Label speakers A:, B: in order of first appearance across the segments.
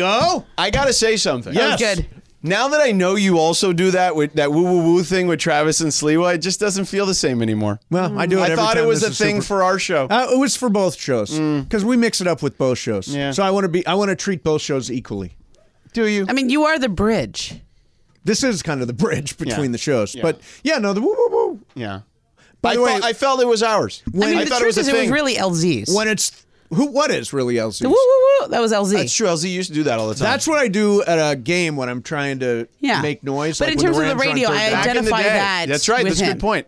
A: Oh, I gotta say something.
B: Yes.
C: That was good.
A: Now that I know you also do that with that woo woo woo thing with Travis and Sliwa, it just doesn't feel the same anymore.
B: Well, I do it
A: I
B: every
A: thought it
B: time.
A: was
B: This
A: a
B: is
A: thing
B: super-
A: for our show. Mm.
B: Uh, it was for both shows because we mix it up with both shows.
A: Yeah.
B: So I want to be I want to treat both shows equally.
A: do you?
C: I mean, you are the bridge.
B: This is kind of the bridge between
A: Yeah.
B: the shows. But yeah, no, the woo woo woo.
A: yeah.
B: By
A: I,
B: the way,
A: thought, I felt it was ours.
C: I mean,
A: I
C: the
A: thought
C: truth
A: it was a
C: is,
A: thing.
C: it was really LZ's.
B: when it's who what is really LZ?
C: the woo woo woo. That was LZ.
A: That's true. LZ used to do that all the time.
B: That's what I do at a game when I'm trying to
C: Yeah.
B: make noise.
C: But
B: like
C: in
B: when
C: terms of the
B: Rams are on
C: radio,
B: third
C: I
B: down.
A: Back in the
C: identify
A: day.
C: that
A: That's right.
C: with
A: That's a
C: him.
A: good point.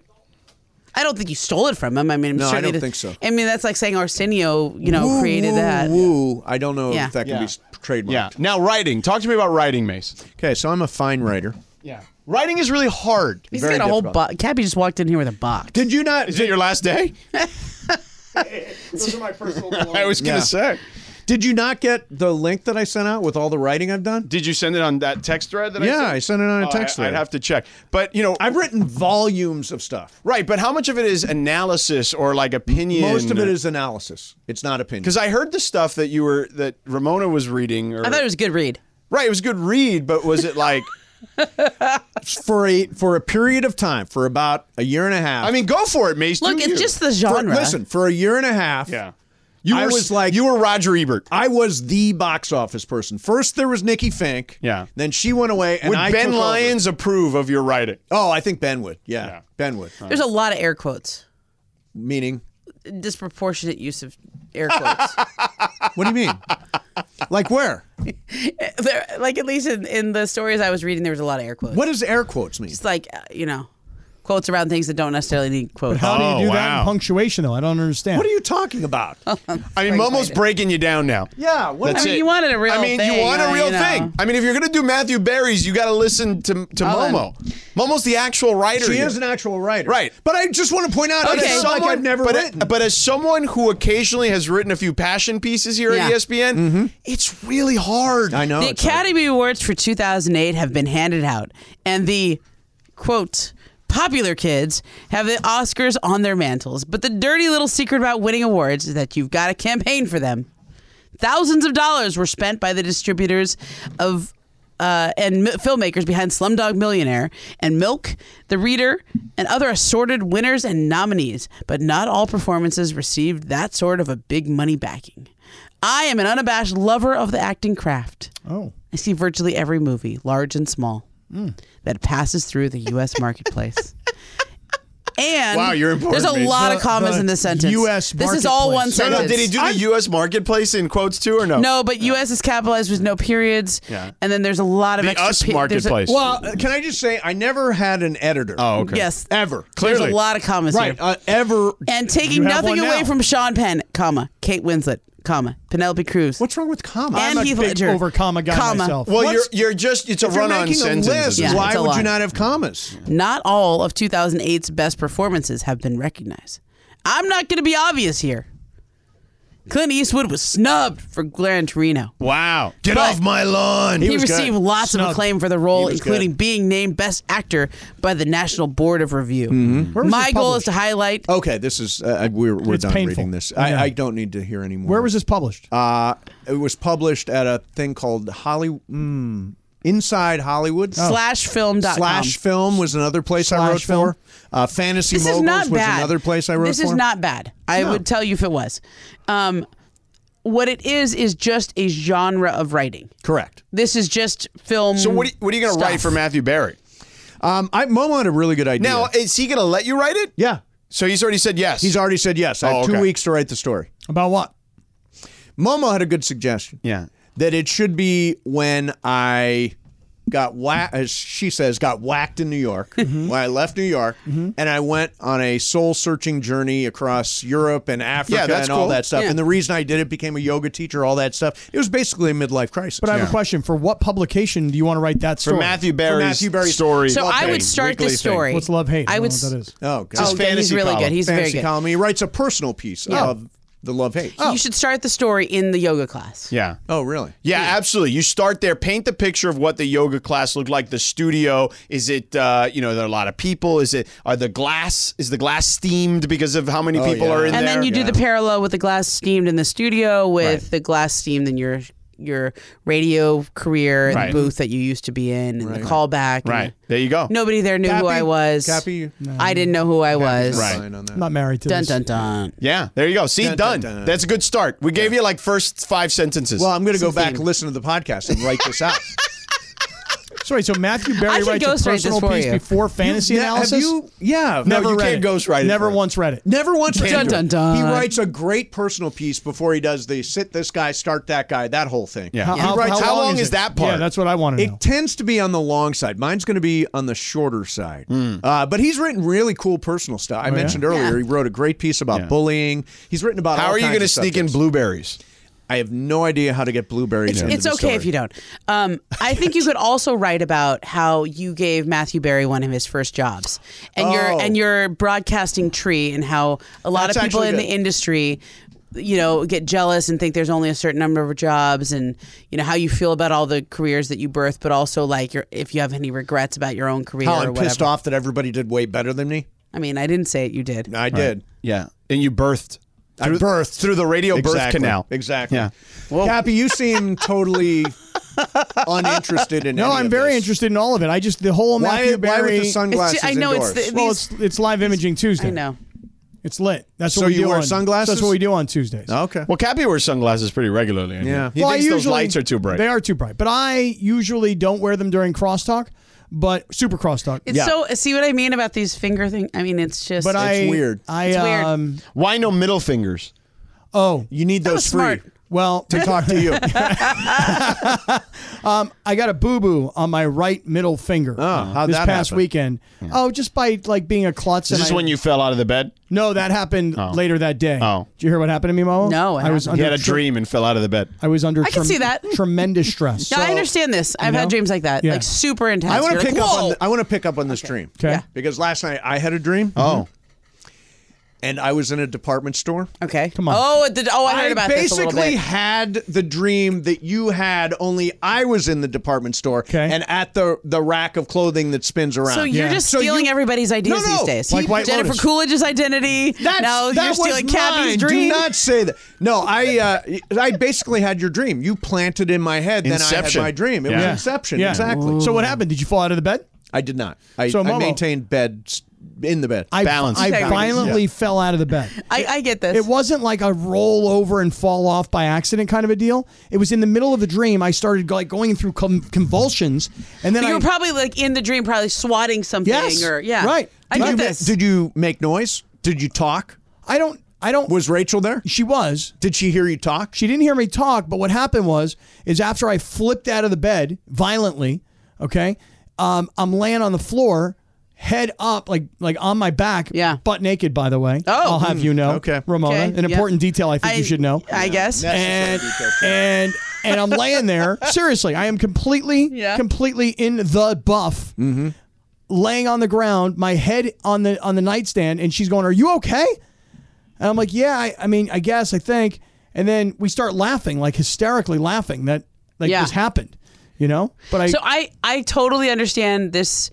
C: I don't think you stole it from him. I mean,
B: No, I
C: certainly
B: don't think so.
C: I mean, that's like saying Arsenio, you know,
B: Woo,
C: created
B: woo,
C: that.
B: Woo. I don't know
C: Yeah.
B: if that can
A: Yeah.
B: be s- trademarked.
A: Yeah. Now writing. Talk to me about writing, Mace.
B: Okay, so I'm a fine writer.
A: Yeah. Writing is really hard.
C: He's
A: Very
C: got a whole
A: difficult.
C: box. Cappy just walked in here with a box.
B: Did you not?
A: Is it your last day?
D: Those are my personal
A: I was gonna
B: Yeah.
A: say.
B: Did you not get the link that I sent out with all the writing I've done?
A: Did you send it on that text thread that I
B: Yeah,
A: sent?
B: I sent it on a
A: Oh,
B: text
A: I,
B: thread.
A: I'd have to check. But you know
B: I've written volumes of stuff.
A: Right, but how much of it is analysis or like opinion?
B: Most of it is analysis. It's not opinion.
A: because I heard the stuff that you were that Ramona was reading. Or,
C: I thought it was a good read.
A: right. It was a good read, but was it like?
B: for a for a period of time, for about a year and a half.
A: I mean, go for it, Mace. do
C: Look,
A: you.
C: it's just the
B: For-
C: genre.
B: listen, for a year and a half.
A: yeah.
B: You
A: I
B: were
A: was
B: s- like
A: you were Roger Ebert.
B: I was the box office person. First there was Nikki Fink.
A: Yeah.
B: Then she went away and
A: Would
B: I
A: Ben
B: took over.
A: Lyons approve of your writing?
B: Oh, I think Ben would. Yeah.
A: Yeah.
B: Ben would.
C: There's a lot of air quotes.
B: Meaning
C: Disproportionate use of air quotes.
B: What do you mean? like where?
C: there, like at least in, in the stories I was reading, there was a lot of air quotes.
B: What does air quotes mean?
C: It's like uh, you know, quotes around things that don't necessarily need quotes.
D: How do you do
A: Oh,
D: that
A: wow.
D: in punctuation, though? I don't understand.
B: What are you talking about?
A: I mean, Momo's breaking you down now.
B: yeah, what
A: That's
C: I mean,
A: it.
C: you wanted a real
A: I mean, you
C: thing,
A: want a
C: uh,
A: real
C: you know.
A: thing. I mean, if you're gonna do Matthew Barry's, you got to listen to to
C: Well, then.
A: Momo. Momo's the actual writer.
B: she
A: here.
B: is an actual writer.
A: Right.
B: But I just want to point out
A: But
B: it's
C: Okay.
B: not like I've never
A: but, uh,
B: written.
A: but as someone who occasionally has written a few passion pieces here
C: Yeah.
A: at E ESPN, it's really hard.
B: I know.
C: the
B: it's hard.
C: Academy Awards for 2008 have been handed out, and the quote popular kids have the Oscars on their mantles. But the dirty little secret about winning awards is that you've got to campaign for them. Thousands of dollars were spent by the distributors of uh, and m- filmmakers behind Slumdog Millionaire and Milk, The Reader, and other assorted winners and nominees, but not all performances received that sort of a big money backing. I am an unabashed lover of the acting craft.
D: Oh.
C: I see virtually every movie, large and small, that passes through the U.S. marketplace. And
A: Wow, you're important,
C: there's a
A: Mason.
C: lot of
D: The-
C: commas
D: the
C: in this sentence.
D: US
C: this is all one
D: marketplace.
A: No,
C: sentence.
A: no, did he do the U.S. marketplace in quotes too, or no?
C: No, but U.S. is capitalized with no periods.
A: Yeah.
C: And then there's a lot of
A: The
C: extra
A: us
C: pe- there's a-
A: marketplace.
B: Well, uh, can I just say I never had an editor.
A: Oh, okay.
C: yes.
B: Ever.
C: There's
A: Clearly.
C: a lot of commas
B: Right.
C: here.
B: Uh, ever.
C: and taking
B: You have
C: nothing
B: one
C: away
B: now.
C: from Sean Penn, comma, Kate Winslet, comma, Penelope Cruz.
B: What's wrong with comma?
C: and
D: a
C: Heath
D: big
C: Ledger.
D: over comma guy
C: comma.
D: myself.
A: Well,
B: What's-
A: you're you're just it's a
B: if you're
A: run-on
B: making
A: sentence.
B: a list,
C: Yeah,
B: why
C: it's a
B: would
C: lot.
B: you not have commas?
C: Not all of 2008's best performances have been recognized. I'm not going to be obvious here. Clint Eastwood was snubbed for Gran Torino.
A: Wow! Get
C: But-
A: off my lawn.
C: He,
B: was
C: received
B: good.
C: lots of
D: Snubbed.
C: acclaim for the role,
B: was
C: including
B: good.
C: being named Best Actor by the National Board of Review.
B: Mm-hmm.
D: Where was
C: My
D: this
C: goal
D: published?
C: is to highlight.
B: Okay, this is uh, we're we're
D: Mm-hmm. It's
B: done
D: painful.
B: reading this. I,
D: Yeah.
B: I don't need to hear anymore.
D: Where was this published?
B: Uh, it was published at a thing called Holly mm, Inside Hollywood.
C: Oh. Slash film dot com.
B: Slash film was another place I
D: Slash
B: wrote
D: film.
B: for. Uh, Fantasy
C: This is
B: Moguls
C: not
B: was
C: bad.
B: another place I wrote
C: This
B: for.
C: is not bad. I
B: No.
C: would tell you if it was. Um, what it is is just a genre of writing.
B: correct.
C: This is just film.
A: So what? Are you, what are you going to write
C: stuff.
A: for Matthew Barry?
B: Um, I Momo had a really good idea.
A: Now, is he going to let you write it?
B: yeah,
A: So he's already said yes.
B: he's already said yes. I have
A: Oh,
B: two
A: okay.
B: weeks to write the story.
D: About what?
B: Momo had a good suggestion.
A: Yeah.
B: That it should be when I got whacked, as she says, got whacked in New York,
D: Mm-hmm.
B: when I left New York, and I went on a soul searching journey across Europe and Africa
A: Yeah, that's
B: and all
A: cool.
B: that stuff.
C: Yeah.
B: And the reason I did it, became a yoga teacher, all that stuff. It was basically a midlife crisis.
D: But I have a question. For what publication do you want to write that
A: for
D: story?
A: Matthew Barry's
B: Matthew Barry's-
A: story.
C: So I
A: thing,
C: would start
A: weekly
C: this
A: thing.
C: story.
D: What's love hate?
C: I would.
D: know what
C: s-
D: that is.
B: oh, God.
A: His
C: Oh, yeah, he's
A: fantasy
C: really
A: column.
C: good. He's
B: fantasy
C: very good.
B: column. He writes a personal piece
C: Yeah.
B: of the love hate.
C: You should start the story in the yoga class.
A: Yeah.
B: oh, really?
A: Yeah, absolutely. You start there, paint the picture of what the yoga class looked like, the studio. Is it uh, you know, are there are a lot of people? Is it are the glass is the glass steamed because of how many people
B: Oh, yeah.
A: are in
C: And
A: there?
C: then you do the parallel with the glass steamed in the studio with the glass steamed in your your radio career and
A: Right.
C: the booth that you used to be in and the callback. and-
A: Right. There you go.
C: Nobody there knew who
B: Cappy-
C: I was.
B: Cappy- No.
C: I didn't know who I was.
A: Right.
B: Line on that.
D: I'm not married to
C: Dun
D: this.
C: dun dun.
A: Yeah, there you go. See,
B: Dun,
A: done.
B: dun, dun.
A: That's a good start. We gave you like first five sentences.
B: Well, I'm going to go
C: Some
B: back,
C: theme.
B: listen to the podcast, and write this out.
D: Sorry, so Matthew Berry
C: can
D: writes a
C: ghostwrite this
D: personal
C: for
D: piece
C: you.
D: before fantasy
B: Yeah,
D: analysis.
B: Have you? Yeah.
D: Never
A: you
D: read
A: can't
D: it.
A: ghostwrite it
D: Never
A: for it.
D: once read it.
B: Never once. read
C: Dun,
B: it.
C: dun, dun.
B: He writes a great personal piece before he does the sit this guy, start that guy, that whole thing.
A: Yeah.
D: How,
A: He
D: how-
A: writes-
D: how
A: how long is
D: it?
A: that part?
D: Yeah, that's what I want to know.
B: It tends to be on the long side. Mine's going to be on the shorter side. Uh, but he's written really cool personal stuff.
D: Oh,
B: I mentioned earlier
C: Yeah.
B: he wrote a great piece about bullying. He's written about
A: How
B: all
A: are you
B: going to
A: sneak in blueberries?
B: I have no idea how to get blueberries. into
C: It's
B: the
C: okay if
B: story.
C: you don't. Um, I think you could also write about how you gave Matthew Berry one of his first jobs, and your
B: Oh.
C: and your broadcasting tree, and how a lot
B: That's
C: of people
B: actually
C: in
B: good.
C: the industry, you know, get jealous and think there's only a certain number of jobs, and you know how you feel about all the careers that you birth, but also like your if you have any regrets about your own career
B: How
C: or
B: I'm
C: whatever.
B: pissed off that everybody did way better than me.
C: I mean, I didn't say it, you did.
B: I did.
A: Yeah, and you birthed.
B: I birthed.
A: through the radio birth
B: Exactly.
A: canal.
B: Exactly.
A: Yeah.
B: Cappy, you seem totally uninterested in.
D: no,
B: any
D: I'm
B: of
D: very
B: this.
D: interested in all of it. I just the whole
B: Why,
D: Matthew
B: why
D: Berry.
B: with the sunglasses
C: I know it's
B: indoors?
C: the-
D: well,
C: these-
D: it's, it's live imaging Tuesday.
C: I know.
D: It's lit. That's
B: So
D: what we
B: you
D: do
B: wear
D: on,
B: sunglasses?
D: That's what we do on Tuesdays.
B: okay.
A: Well, Cappy wears sunglasses pretty regularly. anyway.
B: Yeah.
A: he
D: well,
A: thinks
D: I
A: those
D: usually-
A: lights are too bright.
D: They are too bright. But I usually don't wear them during crosstalk, but super crosstalk.
C: It's so Oh, see what I mean about these finger thing. I mean, it's just.
D: but I
B: weird.
D: I
C: It's weird.
D: um
A: Why no middle fingers?
D: oh
B: you need those
C: was
B: free
C: smart.
D: well
B: to talk to you.
D: Um, I got a boo boo on my right middle finger.
A: Oh,
D: uh,
B: how'd
D: this
B: that
D: past
B: happen?
D: weekend. Oh, just by like being a klutz.
A: Is
D: and
A: this
D: I-
A: when you fell out of the bed?
D: No, that happened later that day.
A: Oh.
D: did you hear what happened to me, Momo?
C: No, it
D: I was
C: happened.
A: He
D: under.
A: had a
D: tre-
A: dream and fell out of the bed.
D: I was under. I
C: can see that.
D: tremendous stress.
C: No, I understand this. I've had
D: know?
C: dreams like that,
D: Yeah.
C: like super intense.
B: I want to
C: You're
B: pick
C: like,
B: up on.
C: "Whoa!"
B: th- I want to pick up on this dream.
D: Okay. Yeah.
B: Because last night I had a dream. Mm-hmm.
A: Oh.
B: And I was in a department store.
C: Okay. Come
D: on.
C: Oh, it did, oh, I heard
B: I
C: about this a
B: basically
C: little bit.
B: had the dream that you had, only I was in the department store
D: Okay.
B: and at the the rack of clothing that spins around.
C: So you're
D: Yeah.
C: just
B: So
C: stealing
B: you-
C: everybody's ideas
B: No, no,
C: these days.
B: like White
C: Jennifer
B: Lotus.
C: Coolidge's identity.
B: That's,
C: now
B: that
C: Oh, you're stealing
B: was
C: Cappy's
B: mine.
C: dream.
B: Do not say that. No, I uh, I basically had your dream. You planted in my head. Then I had
A: Inception.
B: my dream. It
A: Yeah.
B: was inception.
D: Yeah.
B: Exactly.
D: So what happened? Did you fall out of the bed?
B: I did not. I,
D: So,
B: I
D: Momo-
B: maintained bed s- in the bed.
D: I
A: Balance.
D: I
C: Integrity.
D: violently fell out of the bed.
C: I, I get this.
D: It wasn't like a roll over and fall off by accident kind of a deal. It was in the middle of the dream. I started like going through com- convulsions, and then
C: you
D: I
C: were probably like in the dream, probably swatting something
D: Yes.
C: or yeah.
D: Right.
C: I
D: Did
C: get
B: you, ma-
C: this.
B: Did you make noise? Did you talk?
D: I don't I don't
B: Was Rachel there?
D: she was
B: Did she hear you talk?
D: she didn't hear me talk, but what happened was is after I flipped out of the bed violently, okay, um, I'm laying on the floor, head up, like like on my back,
C: Yeah.
D: butt naked. By the way,
C: Oh.
D: I'll have you know,
B: Okay.
D: Ramona,
C: Okay,
D: an
C: yeah.
D: important detail I think
C: I-
D: you should know.
C: I guess.
B: That's-
D: and
B: Necessary detail.
D: and and I'm laying there. Seriously, I am completely
C: Yeah.
D: completely in the buff.
B: Mm-hmm.
D: Laying on the ground, my head on the on the nightstand, and she's going, "Are you okay?" And I'm like, "Yeah, I, I mean, I guess, I think." And then we start laughing, like hysterically laughing that like
C: Yeah.
D: this happened, you know. But I
C: So I I totally understand this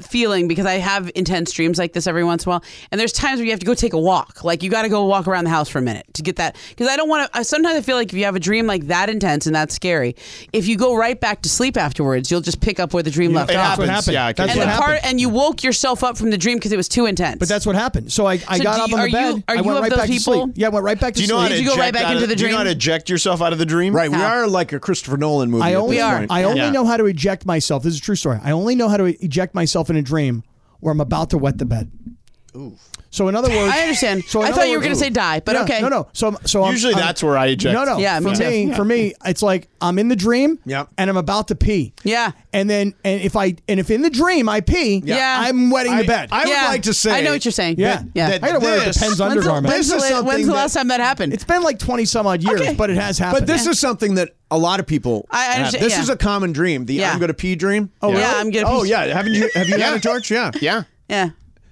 C: feeling because I have intense dreams like this every once in a while. And there's times where you have to go take a walk. Like you got to go walk around the house for a minute to get that because I don't want to I sometimes I feel like if you have a dream like that intense and that's scary, if you go right back to sleep afterwards, you'll just pick up where the dream left
D: it
C: off.
D: happens.
A: happens. Yeah, I
D: Yeah,
A: can
D: that's
A: see
D: what
A: that.
C: And the
D: happened.
C: part and you woke yourself up from the dream because it was too intense.
D: but that's what happened. So I, I
C: So
D: got
C: do
D: up
C: you-
D: on
C: are
D: the
C: you-
D: bed.
C: are
D: I
C: you
D: went
C: of
D: right
C: those
D: back to
C: people?
D: sleep. Yeah, I went right back to
A: Do you know
D: sleep.
A: how to
C: Did you go right
A: eject
C: back
A: out of
C: into
A: the,
C: the
A: Do you know how to
C: dream?
A: eject yourself out of the dream?
B: Right, we
C: How?
B: are like a Christopher Nolan movie.
D: I
B: at
D: only
B: this
C: are.
B: point.
D: I only
A: Yeah.
D: know how to eject myself. This is a true story. I only know how to eject myself in a dream where I'm about to wet the bed. So in other words,
C: I understand.
D: So in
C: I
D: other
C: thought you were
D: words-
C: going to say die, but
D: Yeah,
C: okay.
D: No, no. So I'm- so I'm-
A: Usually
D: I'm-
A: that's where I eject.
D: No, no.
C: Yeah, me
D: for
C: too.
D: me, for me, it's like I'm in the dream.
B: Yeah.
D: And I'm about to pee.
C: Yeah.
D: And then and if I and if in the dream I pee,
C: Yeah.
D: I'm wetting
B: I,
D: the bed.
B: I
C: Yeah.
B: would like to say.
C: I know what you're saying.
D: yeah.
C: Yeah.
D: I gotta wear a
B: this-
D: Depends
C: When's the,
D: undergarment.
C: when's the
B: This is
C: la- when's the
B: something
C: last
B: that-
C: time that happened?
D: It's been like 20 some odd years,
C: Okay.
D: but it has happened.
B: But this is something that a lot of people.
C: I
B: have.
C: understand-
B: This
C: yeah.
B: is a common dream. The
C: Yeah.
B: I'm going to pee dream. Oh
C: Yeah, really? I'm gonna
B: Oh
C: pee.
B: yeah, haven't you? Have you had it, George? Yeah.
A: Yeah.
C: yeah.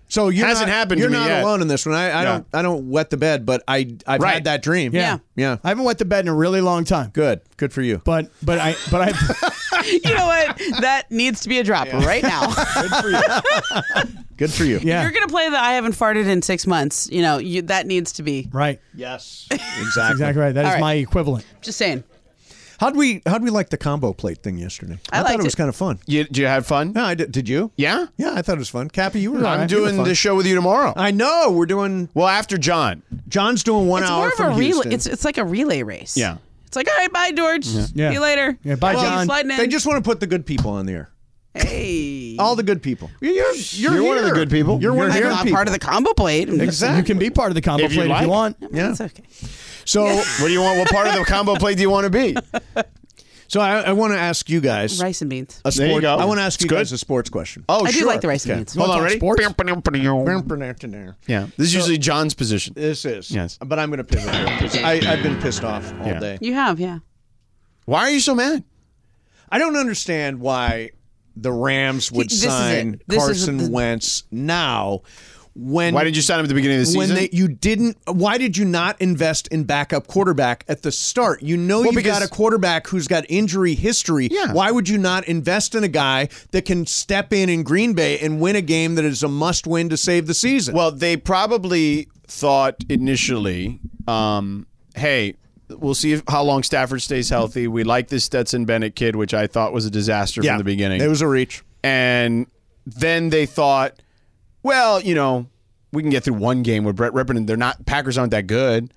B: So you
A: Hasn't happened to
B: You're
A: me
B: not
A: yet.
B: alone in this one. I, I
A: Yeah.
B: don't. I don't wet the bed, but I. I've
A: Right.
B: had that dream.
C: Yeah.
B: Yeah.
D: I haven't wet the bed in a really long time.
B: Good. Good for you.
D: But but I but I
C: You know what? That needs to be a dropper right now.
B: Good for you. Good for you.
D: yeah.
C: You're gonna play the I haven't farted in six months. You know you, that needs to be.
D: right.
B: Yes. Exactly.
D: Exactly right. That is
C: All right.
D: my equivalent.
C: Just saying.
B: How'd we how'd we like the combo plate thing yesterday?
C: I
B: thought
C: liked
B: it was
C: it.
B: kind of fun.
A: You, do you have fun?
B: No, I did. Did you?
A: Yeah?
B: Yeah, I thought it was fun. Cappy, you were. all
A: I'm
B: right. You were
A: doing
B: fun.
A: the show with you tomorrow.
B: I know we're doing.
A: well, after John.
B: John's doing one
C: It's
B: hour
C: more of
B: from
C: a relay.
B: Houston.
C: It's it's like a relay race.
A: Yeah.
C: It's like all right, bye George.
D: Yeah.
C: See you later.
D: Yeah, bye,
C: Thank you for
D: John.
C: sliding in.
B: they just want to put the good people on the air.
C: hey.
B: All the good people. You're you're,
A: You're one of the
B: here.
A: good people.
B: You're, one
A: You're
B: of the
A: here.
B: good
C: I'm
B: people.
C: part of the combo plate.
B: exactly.
D: You can be part of the combo
A: If you
D: plate if
A: like.
D: you want.
B: Yeah.
C: It's okay.
B: So
A: What do you want? What part of the combo plate do you want to be?
B: so I, I want to ask you guys
C: Rice and beans.
B: a
A: There you
B: sport-
A: go.
B: I want to ask
A: It's
B: you
A: good.
B: guys a sports question.
A: Oh,
C: I do
A: sure.
C: like the rice and beans.
A: Hold on,
D: Wanna
A: ready?
D: talk
A: Yeah. This is usually John's position.
B: This is
A: Yes.
B: but I'm going to pivot. here, 'cause I, I've been pissed off all
A: Yeah.
B: day.
C: You have, yeah.
A: Why are you so mad?
B: I don't understand why the Rams would
C: This is it.
B: sign
C: This is
B: Carson
C: the-
B: Wentz now when
A: Why did you sign him at the beginning of the
B: when
A: season?
B: they, you didn't why did you not invest in backup quarterback at the start you know you've
A: because-
B: got a quarterback who's got injury history
A: Yeah.
B: why would you not invest in a guy that can step in in green bay and win a game that is a must win to save the season
A: Well, they probably thought initially, um, hey, we'll see if, how long Stafford stays healthy. We like this Stetson Bennett kid, which I thought was a disaster from the beginning.
B: it was a reach
A: and then they thought, well, you know, we can get through one game with Brett Rippon, and they're not Packers aren't that good.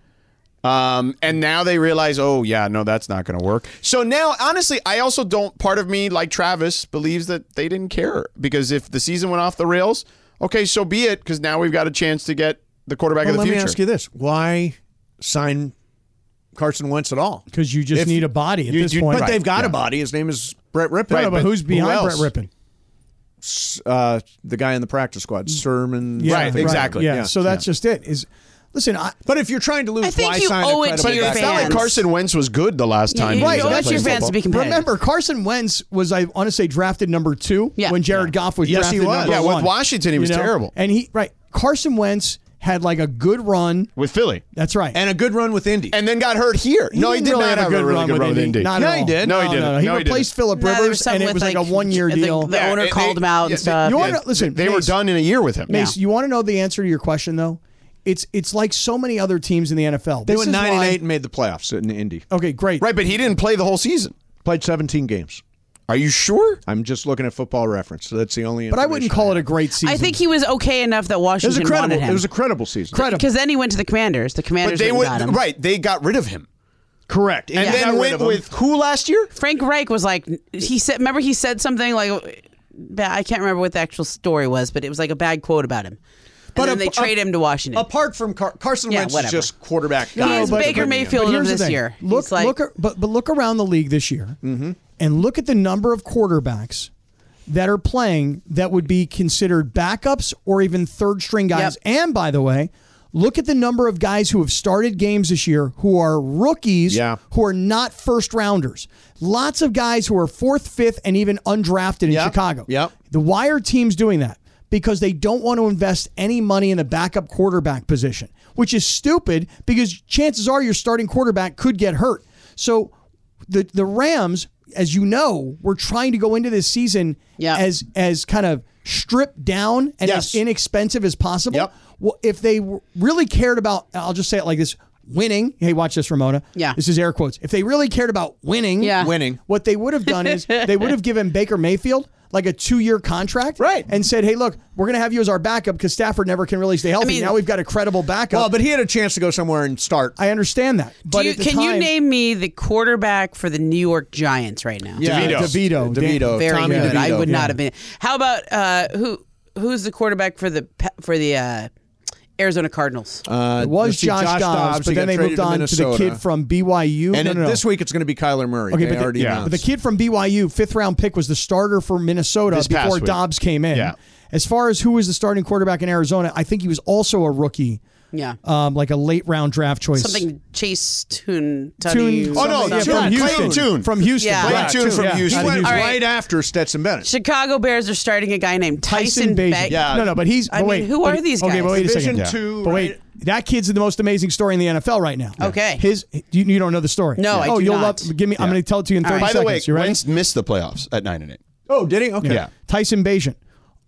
A: Um, and now they realize, oh yeah, no, that's not going to work. So now, honestly, I also don't. Part of me, like Travis, believes that they didn't care because if the season went off the rails, okay, so be it. Because now we've got a chance to get the quarterback
B: well,
A: of the
B: let
A: future.
B: me ask you this why sign carson wentz at all
D: Because you just
B: If-
D: need a body at
B: You-
D: this
B: you-
D: point.
B: but they've got a body his name is brett Rippon.
D: No, no, but who's
B: who
D: behind
B: else?
D: Brett Rippin?
B: uh, the guy in the practice squad sermon
D: Yeah,
A: Right, exactly.
D: Yeah.
A: Yeah,
D: So that's just it. Is listen, I,
B: But if you're trying to lose,
C: I think
B: why
C: you
B: sign
C: owe
B: a
C: it to
B: credible
C: your
B: backup?
A: It's not like
C: fans.
A: Carson Wentz was good the last
C: Yeah,
A: time.
C: you
A: he was
C: owe it to
A: playing
C: your fans to
A: football.
C: be competitive.
D: remember Carson Wentz was I want to say drafted number two
C: Yeah.
D: when Jared Goff was
B: Yes,
D: drafted
B: he was.
D: number
A: Yeah,
D: one.
A: with Washington, he was terrible.
D: And he right Carson Wentz had like a good run.
A: with Philly,
D: That's right.
B: and a good run with Indy.
A: and then got hurt here. no, he did
D: really
A: not have a really good run with Indy.
D: Not
B: Yeah,
D: at
B: he
D: all.
B: did.
A: No, he didn't.
D: He
A: No, he
D: replaced
A: didn't.
D: Philip
C: No, there was
D: Rivers,
C: something
D: and it
C: with,
D: was like, a one-year
C: the-
D: deal.
C: The owner
A: they-
C: called him out and
A: yeah, they-
C: stuff.
D: You
A: Yeah,
D: want to listen?
A: They were
D: Mace,
A: done in a year with him.
D: Mace, you want to know the answer to your question though? It's it's like so many other teams in the NFL.
B: they
D: This
B: went
D: is
B: nine
D: why-
B: and eight and made the playoffs in Indy.
D: Okay, great.
A: Right, but he didn't play the whole season.
B: Played 17 games.
A: Are you sure?
B: I'm just looking at Football Reference. So that's the only.
D: But I wouldn't call it a great season.
C: I think he was okay enough that
B: It was
C: Washington
B: incredible.
C: wanted him.
B: It was a credible season.
D: Credible.
C: because then he went to the Commanders. The Commanders
A: But they
C: went
A: would
C: and got him.
A: right. They got rid of him,
B: Correct.
A: and then went with who last year?
C: Frank Reich was like he said. Remember he said something like, ba- I can't remember what the actual story was, but it was like a bad quote about him. And
B: But
C: then
B: a-
C: they
B: a-
C: trade him to Washington.
B: Apart from Car- Carson
C: Yeah,
B: Wentz, is
C: whatever.
B: just quarterback.
C: He
B: guy.
C: is
B: But-
C: Baker
B: but-
C: Mayfield.
D: But
C: of
D: here's the
C: this
D: thing.
C: year.
D: Look,
C: He's like- Mm-hmm.
D: look, ar- but but look around the league this year, and look at the number of quarterbacks that are playing that would be considered backups or even third string guys.
C: Yep.
D: And by the way, look at the number of guys who have started games this year who are rookies,
B: Yeah.
D: who are not first rounders. Lots of guys who are fourth, fifth, and even undrafted in
B: Yep.
D: Chicago.
B: Yep.
D: The why are teams doing that? Because they don't want to invest any money in the backup quarterback position, which is stupid because chances are your starting quarterback could get hurt. So the the Rams, as you know, were trying to go into this season
C: Yeah.
D: as as kind of stripped down and as
B: Yes.
D: inexpensive as possible.
B: Yep.
D: Well, if they w- really cared about, I'll just say it like this. Winning, hey, watch this, Ramona.
C: Yeah.
D: this is air quotes. If they really cared about winning,
C: Yeah.
B: Winning.
D: what they would have done is they would have given Baker Mayfield like a two-year contract,
B: Right.
D: And said, "Hey, look, we're going to have you as our backup because Stafford never can really stay healthy.
C: mean-
D: now we've got a credible backup."
B: Well, but he had a chance to go somewhere and start.
D: I understand that.
C: Do
D: But
C: you-
D: at the
C: can you
D: time-
C: name me the quarterback for the New York Giants right now?
A: DeVito.
D: DeVito,
B: DeVito.
C: Very
B: Tommy
C: good. I
B: DeVito.
C: would not have been. How about uh, who? Who's the quarterback for the Pe- for the uh, Arizona Cardinals?
B: Uh,
D: It was
B: let's see,
D: Josh, Dobbs, but then
B: he got
D: they
B: traded
D: moved on to the
B: Minnesota.
D: kid from BYU.
B: And
D: no,
B: it-
D: no, no.
B: this week it's going to be Kyler Murray.
D: Okay,
B: They
D: but the,
B: already
D: yeah.
B: announced.
D: but the kid from BYU, fifth round pick, was the starter for Minnesota
A: This past
D: before
A: week.
D: Dobbs came in.
A: Yeah.
D: As far as who was the starting quarterback in Arizona, I think he was also a rookie,
C: yeah,
D: um, like a late round draft choice.
C: something Chase Tune.
D: Tune.
A: Oh, no,
D: something-
A: Tune,
D: from
A: Clayton
D: Houston.
A: Tune.
D: From Houston.
C: Yeah.
D: right.
A: Clayton Tune from
D: Yeah.
A: Houston.
B: he
D: Out of
B: went
C: All
B: right.
C: right.
B: after Stetson Bennett.
C: Chicago Bears are starting a guy named
D: Tyson
C: Tyson,
D: Bajan.
C: Beck.
B: Yeah.
D: No, no, but he's. but
C: I mean,
D: wait,
C: who
D: but
C: are
D: he-
C: these
D: Okay,
C: guys?
D: but wait a
B: Division
D: second.
B: two,
D: But
B: right?
D: wait, that kid's the most amazing story in the NFL right now.
C: Okay.
D: His, you, you don't know the story.
C: No, I
D: Oh,
C: do
D: you'll
C: not.
D: love. Give me. I'm going to tell it to you in 30
A: By
D: seconds.
A: the way,
D: you ready?
A: Wentz missed the playoffs at nine and eight.
B: Oh, did he? Okay.
A: Yeah.
D: Tyson Bajan,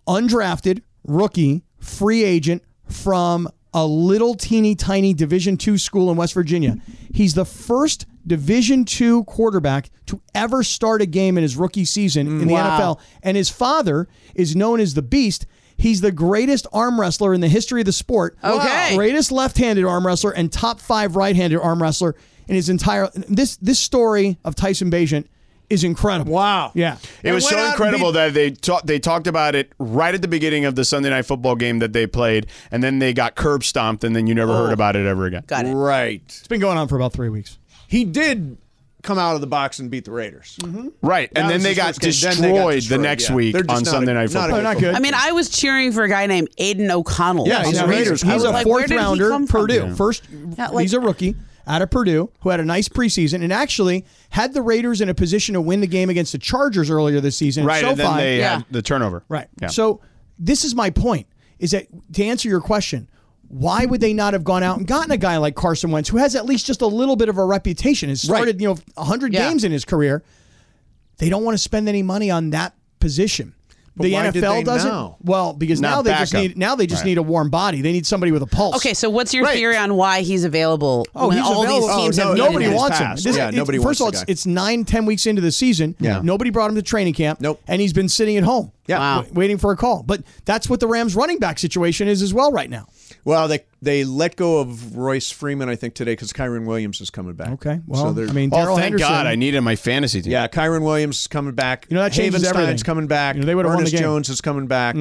D: undrafted rookie free agent from a little teeny tiny Division two school in West Virginia. He's the first Division two quarterback to ever start a game in his rookie season in
B: Mm,
D: the
C: Wow.
D: NFL, and his father is known as the Beast. He's the greatest arm wrestler in the history of the sport.
C: Okay.
D: Greatest left-handed arm wrestler and top five right-handed arm wrestler in his entire this this story of Tyson Bajent is incredible.
B: Wow.
D: Yeah.
A: It was
B: went out
A: so
B: and
A: incredible
B: beat-
A: that they ta- they talked about it right at the beginning of the Sunday night football game that they played, and then they got curb stomped, and then you never heard about it ever again.
C: Oh. Got it.
B: Right.
D: It's been going on for about three weeks.
B: He did come out of the box and beat the Raiders.
D: Mm-hmm.
A: Right,
B: That
A: and then
B: was
A: they
B: his
A: got,
B: first game. Then they got
A: destroyed the
B: destroyed,
A: next
B: yeah.
A: week
B: They're just
A: on
B: not a-
A: Sunday night
B: not a
A: football.
B: good
D: Not good.
C: I mean, I was cheering for a guy named Aiden O'Connell.
B: Yeah,
C: on
B: he's
C: the
B: a Raiders.
C: I
D: He's
C: was
D: a
C: like, where
D: fourth
C: did he
D: rounder,
C: come from?
D: Purdue. First,
C: Yeah, like-
D: he's a rookie out of Purdue who had a nice preseason and actually had the Raiders in a position to win the game against the Chargers earlier this season.
A: right,
D: so
A: and then they
C: Yeah.
A: had the turnover.
D: Right.
A: Yeah.
D: So this is my point: is that to answer your question, why would they not have gone out and gotten a guy like Carson Wentz, who has at least just a little bit of a reputation, has started you know hundred
C: Yeah.
D: games in his career? They don't want to spend any money on that position. the
B: why
D: NFL
B: did they
D: doesn't.
B: now?
D: Well, because
A: Not
D: now they just
A: backup.
D: need now they just
A: Right.
D: need a warm body. They need somebody with a pulse.
C: Okay, so what's your
A: Right.
C: theory on why he's available
D: Oh,
C: when
D: he's
C: all
D: available.
C: these teams
B: Oh,
C: have
B: no,
C: needed
D: nobody
C: him?
B: his
D: wants
B: past.
D: him. This-
B: Yeah,
D: it-
B: nobody
D: First
B: wants
D: of all,
B: the
D: it's,
B: guy.
D: it's nine, ten weeks into the season.
B: Yeah.
D: nobody brought him to training camp.
B: Nope.
D: and he's been sitting at home.
B: Yeah. Wow.
D: wa- waiting for a call. But that's what the Rams' running back situation is as well right now.
B: Well, they they let go of Royce Freeman, I think, today because Kyron Williams is coming back.
D: Okay,
B: So
D: well,
B: they're-
D: I mean,
A: Oh,
D: Daryl
A: thank
D: Henderson.
A: God I needed my fantasy team.
B: yeah, Kyron Williams is coming back.
D: You know, that changes
B: Havenstein's
D: everything.
B: coming back.
D: You know, they would've won the
B: Ernest
D: game. Hmm.
B: Jones is coming back.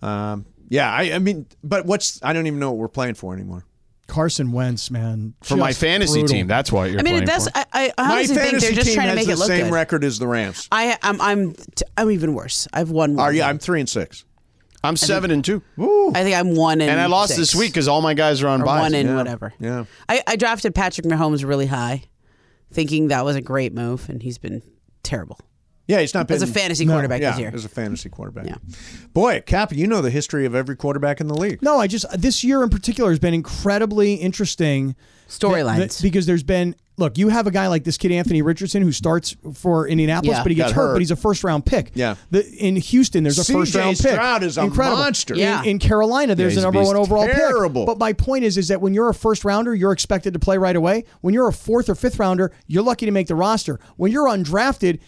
B: Um, yeah, I, I mean, but what's I don't even know what we're playing for anymore.
D: Carson Wentz, man,
A: for my
D: Just
A: fantasy
D: brutal.
A: team. That's why you're
C: I mean,
A: playing
C: it does.
A: for.
C: I, I
B: My
C: honestly think they're
B: fantasy
C: just
B: team
C: trying to
B: has
C: make
B: the
C: it look
B: same
C: good.
B: record as the Rams.
C: I, I'm, I'm, t- I'm even worse. I've won. One.
B: Are you? I'm three and six.
A: I'm seven and two,
C: I think I'm one and.
A: and I lost
C: six.
A: this week because all my guys are on
C: Or
A: buys.
C: one and
B: Yeah.
C: whatever.
B: Yeah.
C: I, I drafted Patrick Mahomes really high, thinking that was a great move, and he's been terrible
B: Yeah, he's not been
C: as a fantasy quarterback
B: yeah,
C: this year.
B: as a fantasy quarterback. Boy, Cap, you know the history of every quarterback in the league.
D: No, I just this year in particular has been incredibly interesting.
C: Storylines.
D: Th- because there's been look, you have a guy like this kid Anthony Richardson who starts for Indianapolis,
C: Yeah.
D: but he gets
B: Got
D: hurt,
B: hurt.
D: but he's a first round pick.
B: Yeah.
D: The, in Houston, there's a
B: CJ
D: first round pick.
B: Stroud is a
D: Incredible.
B: monster.
D: In-
C: Yeah.
D: In, Carolina, there's
A: he's
D: a
A: a
D: number one
A: beast.
D: overall
B: Terrible.
D: pick. But my point is, is that when you're a first rounder, you're expected to play right away. When you're a fourth or fifth rounder, you're lucky to make the roster. When you're undrafted.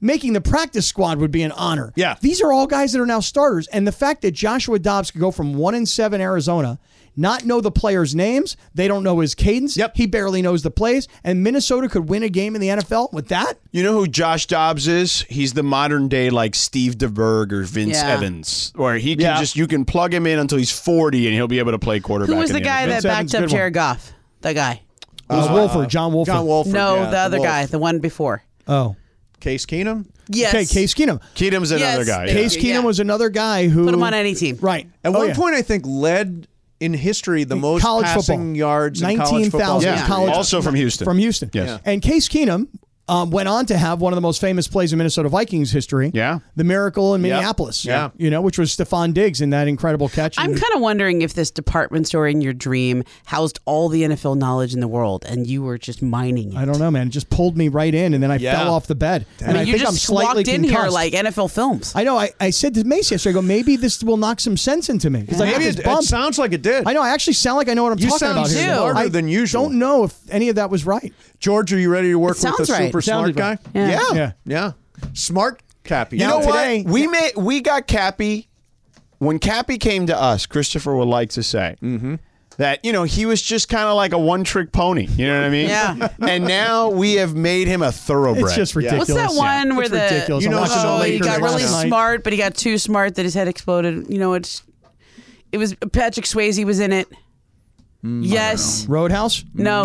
D: Making the practice squad would be an honor.
B: Yeah.
D: These are all guys that are now starters. And the fact that Joshua Dobbs could go from one and seven Arizona, not know the players' names, they don't know his cadence.
B: Yep.
D: He barely knows the plays, and Minnesota could win a game in the NFL with that.
A: You know who Josh Dobbs is? He's the modern day like Steve DeBerg or Vince
C: Yeah.
A: Evans, where he can
B: Yeah.
A: just you can plug him in until he's forty and he'll be able to play quarterback.
C: Who was
A: in
C: the guy
A: NFL.
C: that
D: Vince Evans,
C: backed up
D: good one.
C: Jared Goff? That guy.
D: It was Wolford, John Wolford.
B: John Wolford.
C: No,
B: yeah,
C: the other
B: Wolf.
C: guy, the one before.
D: Oh.
B: Case Keenum.
C: Yes.
D: Okay, Case Keenum.
A: Keenum's another
C: Yes.
A: guy. yeah.
D: Case
C: Yeah.
D: Keenum was another guy who
C: Put him on any team.
D: Right.
B: At
D: one
B: one point, I think led in history the most
D: college
B: passing
D: football.
B: yards. in college football
D: 19,000
A: Yeah.
B: history.
D: college-
A: Also from Houston.
D: from Houston.
A: Yes. Yeah.
D: And Case Keenum um, went on to have one of the most famous plays in Minnesota Vikings history.
A: Yeah.
D: The miracle in Minneapolis.
B: Yeah.
D: You know, which was Stephon Diggs in that incredible catch.
C: I'm
D: And-
C: kind of wondering if this department store in your dream housed all the NFL knowledge in the world, and you were just mining it.
D: I don't know, man. It just pulled me right in, and then I
B: Yeah.
D: fell off the bed. And I
C: you
D: think
C: just
D: I'm slightly
C: walked in here
D: concussed.
C: like NFL films.
D: I know. I, I said to Macy yesterday, I go, maybe this will knock some sense into me. Because I got
B: Maybe
D: this
B: it,
D: bump.
B: it sounds like it did.
D: I know. I actually sound like I know what I'm
B: You
D: talking
B: sound
D: about. here.
C: smarter
D: I
B: than usual.
D: Don't know if any of that was right.
B: George, are you ready to work with
C: sounds
B: a
C: right.
B: super smart
D: Sounded
B: guy?
D: right.
B: Yeah.
D: Yeah.
B: yeah, Smart Cap. You
A: You know
D: Now, today-
A: what? We made we got Cappy. When Cappy came to us, Christopher would like to say that you know he was just kind of like a one-trick pony. You know what I mean?
C: Yeah.
A: And now we have made him a thoroughbred.
D: It's just
B: Yeah.
D: ridiculous.
C: What's that one
D: Oh, It's
C: where the
D: ridiculous.
B: You
D: I'm
B: know
D: watching
B: how
C: oh,
D: the
C: he
D: Lakers
C: got really
D: last night.
C: smart, but he got too smart that his head exploded. You know, it's it was Patrick Swayze was in it. yes.
D: Roadhouse.
C: No.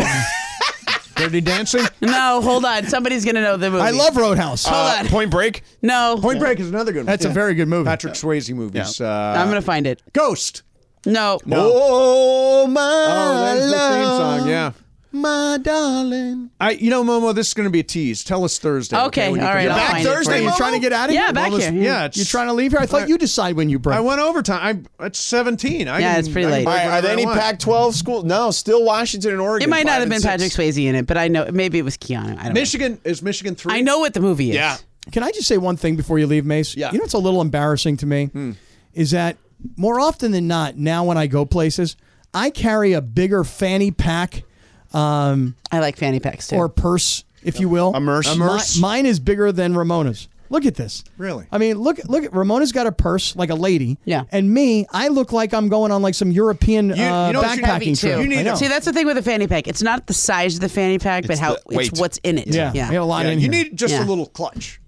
B: Dirty Dancing.
C: no. Hold on. Somebody's gonna know the movie.
D: I love Roadhouse.
C: Hold
A: Uh,
C: on.
A: Point Break.
C: No.
B: Point Break is another good. one.
D: That's a very good movie.
B: Patrick Swayze movies. Uh,
C: I'm gonna find it.
B: Ghost.
C: No.
A: Oh my
B: Oh, there's the theme
A: love,
B: song. Yeah.
A: my darling.
B: I, you know, Momo, this is going to be a tease. Tell us Thursday.
C: Okay,
B: when you
C: all
B: come
C: right,
B: back.
C: I'll find it for
A: Thursday, Momo?
C: you.
D: You're trying to get out of
C: Yeah,
D: here.
C: back
B: Almost-
C: here.
B: Yeah, it's,
D: You're trying to leave here. I thought you decide when you break.
B: I went overtime. I it's 17. I
C: Yeah,
B: can-
C: it's
B: I
C: pretty
B: can
C: late.
B: break
A: All right, are
B: whatever
A: there
B: I
A: any
B: want.
A: Pac-12 schools? No, still Washington and Oregon.
C: It might
A: five
C: not have
A: and
C: been
A: six.
C: Patrick Swayze in it, but I know maybe it was Keanu. I don't know.
B: Michigan is Michigan three.
C: I know what the movie is.
A: Yeah.
D: Can I just say one thing before you leave, Mace?
B: Yeah. Hmm.
D: You know what's a little embarrassing to me is that more often than not, now when I go places, I carry a bigger fanny pack um,
C: I like fanny packs too.
D: or purse, if you will.
A: A merce. A
D: Mi-
A: merce.
D: mine is bigger than Ramona's. Look at this.
B: Really?
D: I mean, look look at Ramona's got a purse like a lady.
C: Yeah.
D: And me, I look like I'm going on like some European uh,
B: you know what you-
D: backpacking
C: Heavy, too.
D: trip.
B: You need
D: I
B: to-
D: know.
C: See, that's the thing with a fanny pack. It's not the size of the fanny pack, but
A: It's
C: how
A: the weight.
C: it's what's in it.
D: yeah.
C: yeah.
D: I got a lot
B: Yeah,
D: in
B: you
D: here.
B: need just
C: Mm-hmm.
B: a
C: Yeah.
B: little clutch.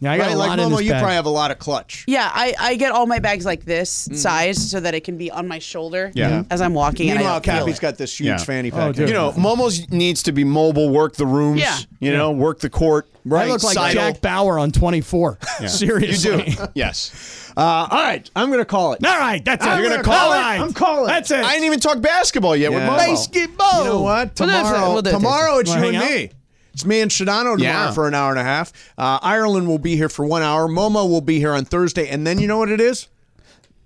D: Yeah, I got
B: right?
D: a lot
B: like
D: in
B: Momo,
D: this
B: you
D: bag.
B: probably have a lot of clutch.
C: Yeah, I, I get all my bags like this size so that it can be on my shoulder
A: Yeah.
C: as I'm walking. and I
B: Meanwhile,
C: don't feel
B: Cappy's
C: it.
B: got this huge
A: Yeah.
B: fanny
A: Oh,
B: pack.
D: dude.
A: You know, Momo's needs to be mobile, work the rooms,
C: Yeah.
A: you know, work the court.
D: I
A: Right.
D: look like
A: sidle.
D: Jack Bauer on 24. Seriously.
A: You do. yes.
B: uh, all right, I'm going to call it.
D: All right, that's it.
B: I'm
D: You're
B: gonna
D: gonna call
B: call
D: it.
B: it. I'm calling it.
D: That's it.
A: I didn't even talk basketball yet
B: Yeah.
A: with Momo.
D: Basketball.
B: You know what?
C: We'll do it for-
B: Tomorrow,
C: we'll do it
B: tomorrow it's you
D: Wanna
B: and
D: hang
B: me. It's me and Shadano tomorrow
A: Yeah.
B: for an hour and a half. Uh, Ireland will be here for one hour. Momo will be here on Thursday, and then you know what it is?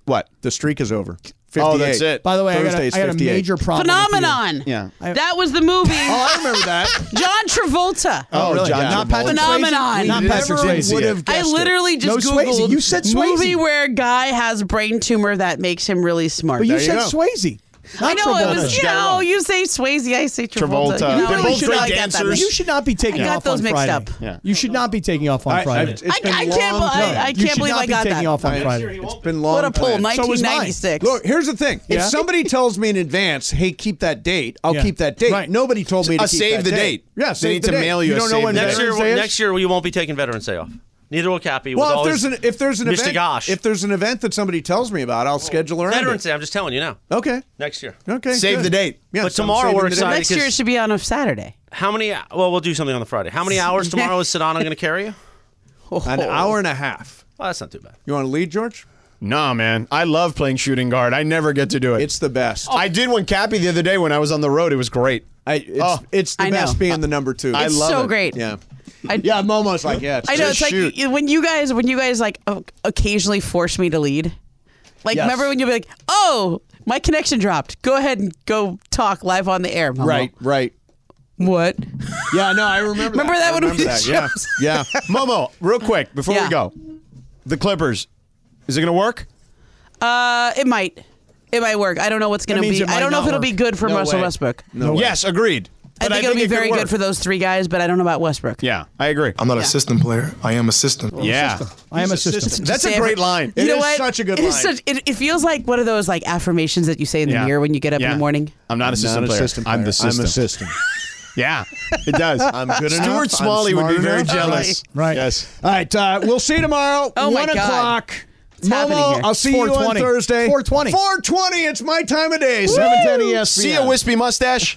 A: What?
B: The streak is over. 58.
A: Oh, that's it.
D: By the way, I got, a, I
B: Thursday's
D: got a
B: 58.
D: major problem. with you.
C: Phenomenon.
A: Yeah.
D: I-
C: That was the movie.
B: Oh, I remember that.
C: John Travolta.
A: Oh,
D: really?
A: John
D: Yeah. Not
A: Travolta.
D: Patrick
C: Phenomenon.
D: Swayze. Not
A: Never
D: Patrick
A: would
D: Swayze.
A: have
B: Would've
C: I
B: guessed it.
C: literally just
D: No,
C: googled
D: Swayze. You said Swayze.
C: movie where guy has brain tumor that makes him really smart.
D: But you
B: you
D: said
B: go.
D: Swayze.
C: I
D: Not
C: know it
D: Travolta.
C: was. You know, Oh, you say Swayze, I say Travolta.
A: Travolta.
C: You know,
A: They're
C: I
A: both
C: should
A: great
C: not get that
A: dancers.
C: mixed
D: You should not be taking
C: I got
D: off
C: those
D: on
C: mixed
D: Friday.
C: up.
A: Yeah.
D: You should not be taking off on
B: I- I-
D: Friday.
B: it's been
C: I- I
B: long
C: can't bu-
B: planned.
C: I- I-
D: you
C: can't
D: should
C: believe
D: not
C: I
D: be
C: got
D: taking
C: that.
D: off on
B: It's-
D: Friday.
B: It's been long.
C: What a pull,
B: planned.
D: So was mine.
C: 1996.
B: Look, here's the thing.
D: Yeah.
B: If somebody tells me in advance, "Hey, keep that date," I'll
D: Yeah.
B: keep that date.
D: Right.
B: Nobody told me to
A: Uh,
B: keep
A: save
B: that
A: the
B: date.
A: date.
B: Yeah,
A: They
B: save
A: need
B: the
A: to
B: date.
A: mail you
B: You
A: a
B: don't know
A: save
B: when
A: the date.
E: Next year,
B: Veterans Day is?
E: next year we won't be taking Veterans Day off. Neither will Cappy. with
B: Well, if
E: all
B: there's
E: his
B: an if there's an
E: Mr.
B: event,
E: Gosh.
B: if there's an event that somebody tells me about, I'll schedule around.
E: Veterans
B: it.
E: Day, I'm just telling you now.
B: Okay.
E: Next year.
B: Okay.
A: Save
B: good.
A: the date.
B: Yeah,
E: But
B: so I'm
E: tomorrow
B: saving
E: we're
B: the date.
E: excited.
C: Next year it should be on a Saturday.
E: How many? Well, we'll do something on the Friday. How many hours tomorrow is Sedano going to carry you?
B: An hour and a half.
E: Well, that's not too bad.
B: You want to lead, George?
A: Nah, man. I love playing shooting guard. I never get to do it.
B: It's the best.
A: I did one Cappy the other day when I was on the road. It was great.
B: I, it's,
A: Oh.
B: it's the
C: I know.
B: best being the number two.
A: I
C: It's
A: love
C: so
A: it.
C: great.
B: yeah.
C: I-
B: yeah, Momo's like, yeah.
C: I know
B: just
C: it's like
B: shoot.
C: y- when you guys when you guys like o- occasionally force me to lead. Like
B: Yes.
C: remember when you'll be like, "Oh, my connection dropped. Go ahead and go talk live on the air." Momo."
B: Right, right.
C: What?
B: Yeah, no, I remember.
C: Remember that
B: I
C: when we
B: remember
C: did
B: that. Yeah,
C: shows?
B: yeah.
A: Momo, real quick before
C: Yeah.
A: we go, the Clippers. Is it going to work?
C: Uh, it might. It might work. I don't know what's going to
D: means
C: be.
D: it
C: I
D: might
C: don't know if
D: not
C: it'll be
D: work.
C: good for
B: No
C: Russell
B: way.
C: Westbrook.
B: No way.
A: Yes, agreed.
C: I
A: But
C: think it'll be
A: it could
C: very
A: work.
C: good for those three guys, but I don't know about Westbrook.
A: Yeah, I agree.
F: I'm not
C: Yeah.
F: a system player. I am a system.
A: yeah.
D: I am a
B: He's a
D: system.
A: That's
C: Say
A: a
C: every-
A: great line.
C: You
B: It
C: know
B: is
C: what?
B: such a good
C: It is
B: line.
C: such- it, it feels like one of those like affirmations that you say in the
A: Yeah.
C: mirror when you get up in
A: Yeah.
C: the morning.
A: I'm not a
B: Not
A: system
B: a
A: player.
B: system
A: I'm
B: player.
A: the system.
B: I'm a system.
A: Yeah, it does. I'm
B: good
A: Stuart
B: enough. I'm
A: Smalley would be
B: smart
A: very
B: enough.
A: jealous.
D: Right.
A: Yes.
B: All right, uh, we'll see you tomorrow.
C: Oh my
B: one
C: God.
B: o'clock.
C: It's happening
B: Momo,
C: here.
B: I'll see you on
D: 420.
B: Thursday.
D: 420.
B: 420. It's my time of day.
G: E
B: 710 ESPN.
A: See a wispy mustache.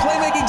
G: playmaking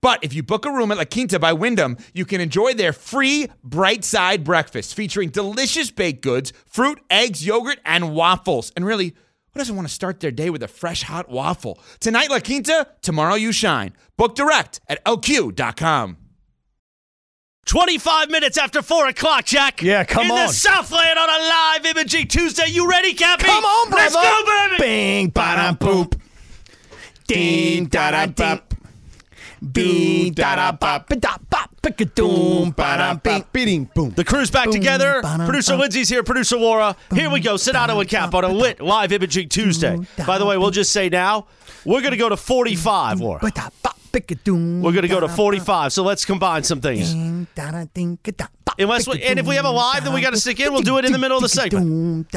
H: But if you book a room at La Quinta by Wyndham, you can enjoy their free bright side breakfast featuring delicious baked goods, fruit, eggs, yogurt, and waffles. And really, who doesn't want to start their day with a fresh hot waffle? Tonight, La Quinta, tomorrow, you shine. Book direct at lq.com.
E: 25 minutes after 4 o'clock, Jack.
D: Yeah, come
E: In
D: on.
E: the Southland on a live Imaging Tuesday. You ready, Cappy?
D: Come on,
E: Let's
D: brother.
E: go, baby.
D: Bing, ba boop. Ding, da da Bing, da da bop, da bop, doom, bing.
A: Beating boom.
E: The crew's back together.
D: ba-dum,
E: Producer
D: bum.
E: Lindsay's here. Producer Laura. Here we go. Sedano and Cap on a lit live imaging Tuesday. By the way, we'll just say now we're going to go to 45, Laura. We're going to go to 45. So let's combine some things. Unless we, and if we have a live, then we got to stick in. We'll do it in the middle of the segment.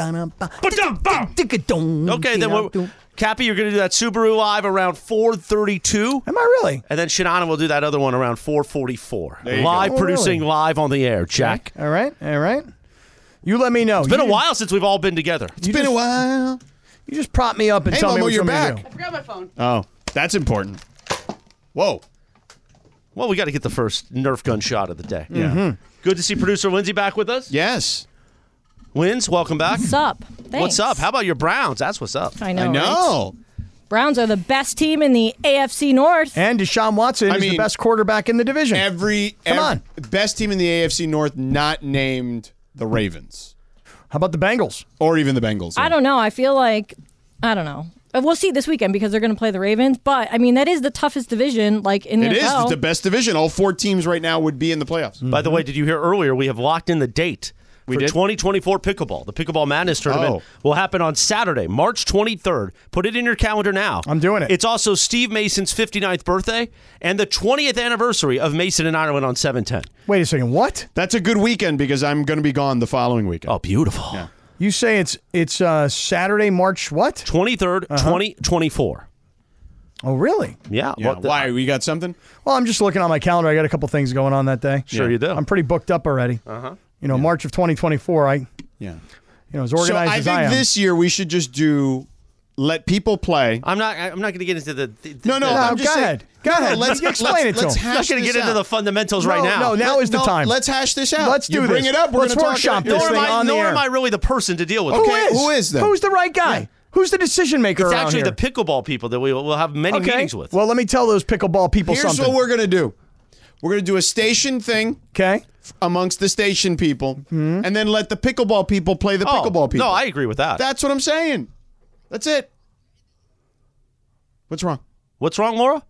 E: Okay, then we're, Cappy, you're going to do that Subaru live around 4:32.
D: Am I really?
E: And then Shinana will do that other one around 4:44.
A: you
E: Live
D: go. Oh,
E: producing
D: really?
E: live on the air, Jack.
D: All right, all right. You let me know. It's
E: Been a while since we've all been together.
D: It's been a while. You just prop me up and
A: Hey,
D: tell me
A: Momo,
D: what
A: you're
D: you're
A: back.
D: To do.
C: I forgot my phone.
A: Oh, that's important. Whoa.
E: Well, we got to get the first Nerf gun shot of the day. Yeah. Good to see producer Lindsay back with us.
A: Mm-hmm. Yes.
E: Wins, welcome back.
F: What's up? Thanks.
E: What's up? How about your Browns? That's what's up.
F: I know.
A: I
F: right?
A: know.
F: Browns are the best team in the AFC North.
D: And Deshaun Watson
A: I
D: is
A: mean-
D: the best quarterback in the division.
A: Every,
D: Come
A: ev-
D: on.
A: best team in the AFC North not named the Ravens
D: How about the Bengals?
A: or even the Bengals.
F: I don't know. I feel like I don't know. Uh, We'll see this weekend because they're going to play the Ravens. But I mean, that is the toughest division like in the
A: It is
F: NFL.
A: the best division. All four teams right now would be in the playoffs.
E: By the
D: Mm-hmm.
E: way, did you hear earlier we have locked in the date for
A: did?
E: 2024 pickleball. The pickleball madness tournament
A: Oh.
E: will happen on Saturday, March 23rd. Put it in your calendar now.
D: I'm doing it.
E: It's also Steve Mason's 59th birthday and the 20th anniversary of Mason and Ireland on 710.
D: Wait a second. What?
A: That's a good weekend because I'm going to be gone the following weekend.
E: Oh, beautiful.
D: You say it's it's uh, Saturday, March what? Uh-huh.
E: 23rd, 2024.
D: Oh, really?
E: Yeah.
A: Yeah.
E: well, the-
A: Why? We got something?
D: Well, I'm just looking on my calendar. I got a couple things going on that day.
E: Sure you do.
D: I'm pretty booked up already. Uh-huh. You know, March of 2024. I, you
A: Yeah.
D: know, as
A: So
D: organized
A: I
D: as
A: think
D: I am.
A: this year we should just do let people play.
E: I'm not. I'm not going to get into the. the
A: No, no,
E: the-
A: I'm
D: go
A: just saying-
D: ahead. Go ahead. Explain
A: let's,
D: it
E: I'm
D: to him.
A: let's
E: not
A: hash
E: going to
A: this
E: get into
A: out.
E: the fundamentals right
D: No,
E: now.
D: no, now
A: Let-
D: is the
A: no,
D: time.
A: Let's hash this out.
D: Let's
A: you
D: do
A: bring
D: this.
A: it up. We're
D: Let's
A: gonna talk
D: workshop
A: it out.
D: this
E: Nor am
D: thing
E: I,
D: on the
E: nor
D: air.
E: am I really the person to deal with.
D: Who
E: it.
A: Okay,
D: is?
A: who is then?
D: Who's the right guy? Who's the decision maker
E: It's
D: around
E: actually the
D: here?
E: pickleball people that we will have many
D: okay.
E: meetings with.
D: Well, let me tell those pickleball people
A: Here's
D: something.
A: what we're gonna do. We're gonna do a station thing
D: okay.
A: amongst the station people, and then let the pickleball people play the
E: Oh,
A: pickleball people.
E: No, I agree with that.
A: That's what I'm saying. That's it. What's wrong?
E: What's wrong, Laura?